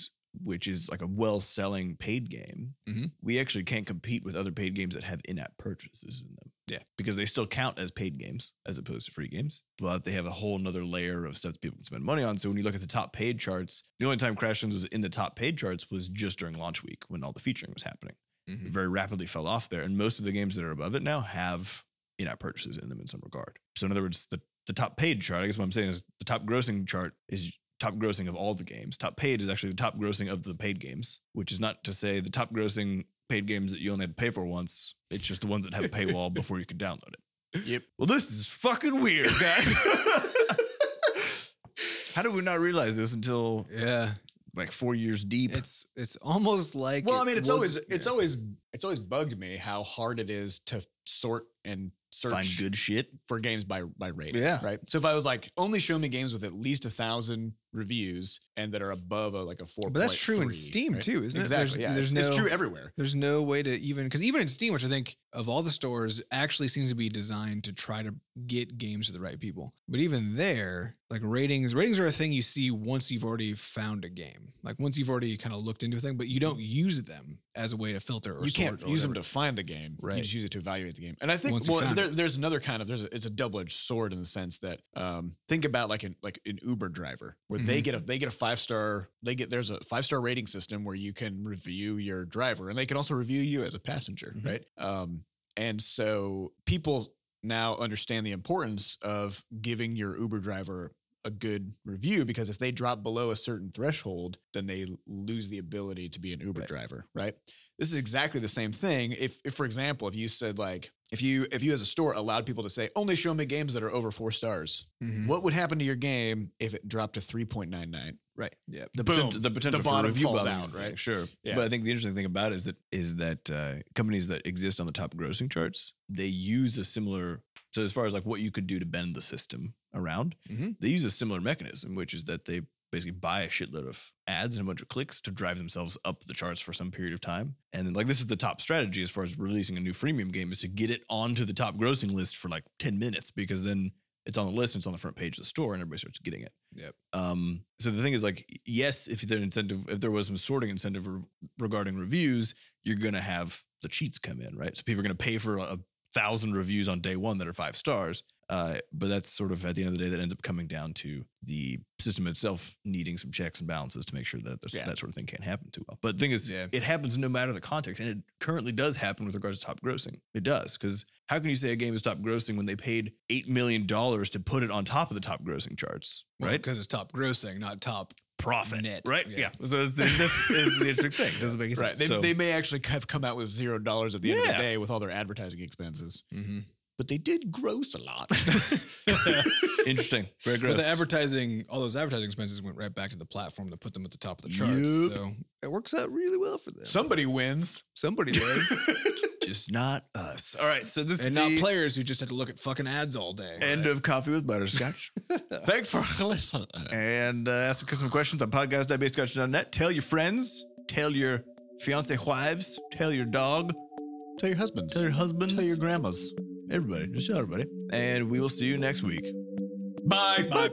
Speaker 1: which is like a well-selling paid game,
Speaker 2: Mm-hmm.
Speaker 3: Mhm.
Speaker 1: we actually can't compete with other paid games that have in-app purchases in them.
Speaker 3: Yeah.
Speaker 1: because they still count as paid games as opposed to free games, but they have a whole nother layer of stuff that people can spend money on. So when you look at the top paid charts, the only time Crashlands was in the top paid charts was just during launch week when all the featuring was happening.
Speaker 2: Mm-hmm.
Speaker 1: It very rapidly fell off there, and most of the games that are above it now have in-app purchases in them in some regard. So in other words, the the top paid chart, I guess what I'm saying is the top grossing chart is top grossing of all the games. Top paid is actually the top grossing of the paid games, which is not to say the top grossing paid games that you only had to pay for once. It's just the ones that have a paywall before you can download it.
Speaker 2: Yep.
Speaker 1: Well, this is fucking weird, guys. How did we not realize this until
Speaker 3: Yeah,
Speaker 1: like four years deep?
Speaker 3: it's it's almost like.
Speaker 2: well,
Speaker 3: it
Speaker 2: I mean, it's
Speaker 3: was-
Speaker 2: always it's
Speaker 3: yeah.
Speaker 2: always it's always bugged me how hard it is to sort and search
Speaker 1: Find good shit.
Speaker 2: for games by by rating.
Speaker 1: Yeah.
Speaker 2: Right. So if I was like, only show me games with at least a thousand reviews and that are above a like a four.
Speaker 3: But that's true in Steam too, isn't it?
Speaker 2: exactly.
Speaker 3: There's-
Speaker 2: yeah.
Speaker 3: there's
Speaker 2: it's, it's
Speaker 3: no-
Speaker 2: true everywhere.
Speaker 3: There's no way to even because even in Steam, which I think of all the stores, actually seems to be designed to try to get games to the right people. But even there, like ratings, ratings are a thing you see once you've already found a game, like once you've already kind of looked into a thing, but you don't use them as a way to filter or
Speaker 2: You can't
Speaker 3: sort or
Speaker 2: use them
Speaker 3: whatever.
Speaker 2: to find the game.
Speaker 3: Right.
Speaker 2: You just use it to evaluate the game. And I think
Speaker 3: Once you
Speaker 2: well,
Speaker 3: found
Speaker 2: there, there's another kind of there's a, it's a double edged sword in the sense that um, think about like an like an Uber driver where
Speaker 3: Mm-hmm.
Speaker 2: they get a they get a five star they get there's a five star rating system where you can review your driver and they can also review you as a passenger,
Speaker 3: Mm-hmm.
Speaker 1: Mhm.
Speaker 2: right? Um, and so people now understand the importance of giving your Uber driver a good review because if they drop below a certain threshold, then they lose the ability to be an Uber
Speaker 1: Right.
Speaker 2: driver, right? this is exactly the same thing. If, if for example, if you said like if you if you as a store allowed people to say only show me games that are over four stars,
Speaker 3: Mm-hmm.
Speaker 1: Mm-hmm.
Speaker 2: what would happen to your game if it dropped to three point nine nine?
Speaker 1: Right.
Speaker 3: Yeah.
Speaker 1: The,
Speaker 2: Boom.
Speaker 1: potent- the potential
Speaker 2: The
Speaker 1: for
Speaker 2: bottom
Speaker 1: review
Speaker 2: falls
Speaker 1: bombing
Speaker 2: out,
Speaker 1: is
Speaker 2: right?
Speaker 1: there, Sure.
Speaker 2: Yeah.
Speaker 1: But I think the interesting thing about it is that is that uh, companies that exist on the top grossing charts, they use a similar so as far as like what you could do to bend the system around,
Speaker 2: Mm-hmm.
Speaker 3: Mhm.
Speaker 1: they use a similar mechanism, which is that they basically buy a shitload of ads and a bunch of clicks to drive themselves up the charts for some period of time. And then like this is the top strategy as far as releasing a new freemium game is to get it onto the top grossing list for like 10 minutes because then it's on the list and it's on the front page of the store and everybody starts getting it.
Speaker 3: Yep.
Speaker 1: Um, so the thing is like, yes, if the incentive, if there was some sorting incentive re- regarding reviews, you're going to have the cheats come in, right? So people are going to pay for a thousand reviews on day one that are five stars. Uh, but that's sort of at the end of the day, that ends up coming down to the system itself needing some checks and balances to make sure that there's-
Speaker 2: Yeah.
Speaker 1: that sort of thing can't happen too well. But the thing is,
Speaker 3: Yeah.
Speaker 1: it happens no matter the context, and it currently does happen with regards to top grossing. It does because how can you say a game is top grossing when they paid eight million dollars to put it on top of the top grossing charts, right?
Speaker 3: Because it's top grossing, not top
Speaker 1: Profit,
Speaker 3: net,
Speaker 1: right?
Speaker 3: yeah.
Speaker 1: Yeah, so that's, that's, that's the interesting thing. Doesn't make any
Speaker 2: Right.
Speaker 1: sense.
Speaker 2: They,
Speaker 1: So-
Speaker 2: they may actually have come out with zero dollars at the end of
Speaker 1: Yeah.
Speaker 2: the day with all their advertising expenses,
Speaker 3: mm-hmm.
Speaker 2: but they did gross a lot.
Speaker 1: interesting, very gross.
Speaker 3: But the advertising, all those advertising expenses went right back to the platform that put them at the top of the charts.
Speaker 2: Yup.
Speaker 3: So it works out really well for them.
Speaker 2: Somebody wins.
Speaker 3: Somebody does.
Speaker 1: just not us. All right, so this
Speaker 3: and
Speaker 1: is
Speaker 3: not
Speaker 1: the
Speaker 3: players who just had to look at fucking ads all day.
Speaker 1: end of coffee with butterscotch.
Speaker 2: Thanks for listening.
Speaker 1: and uh, ask us some questions on podcast.basecotch.net. Tell your friends, tell your fiance wives, tell your dog,
Speaker 2: Tell your husbands.
Speaker 1: tell your husbands,
Speaker 2: Tell your grandmas.
Speaker 1: everybody. Just tell everybody. And we will see you next week.
Speaker 2: Bye. Bye.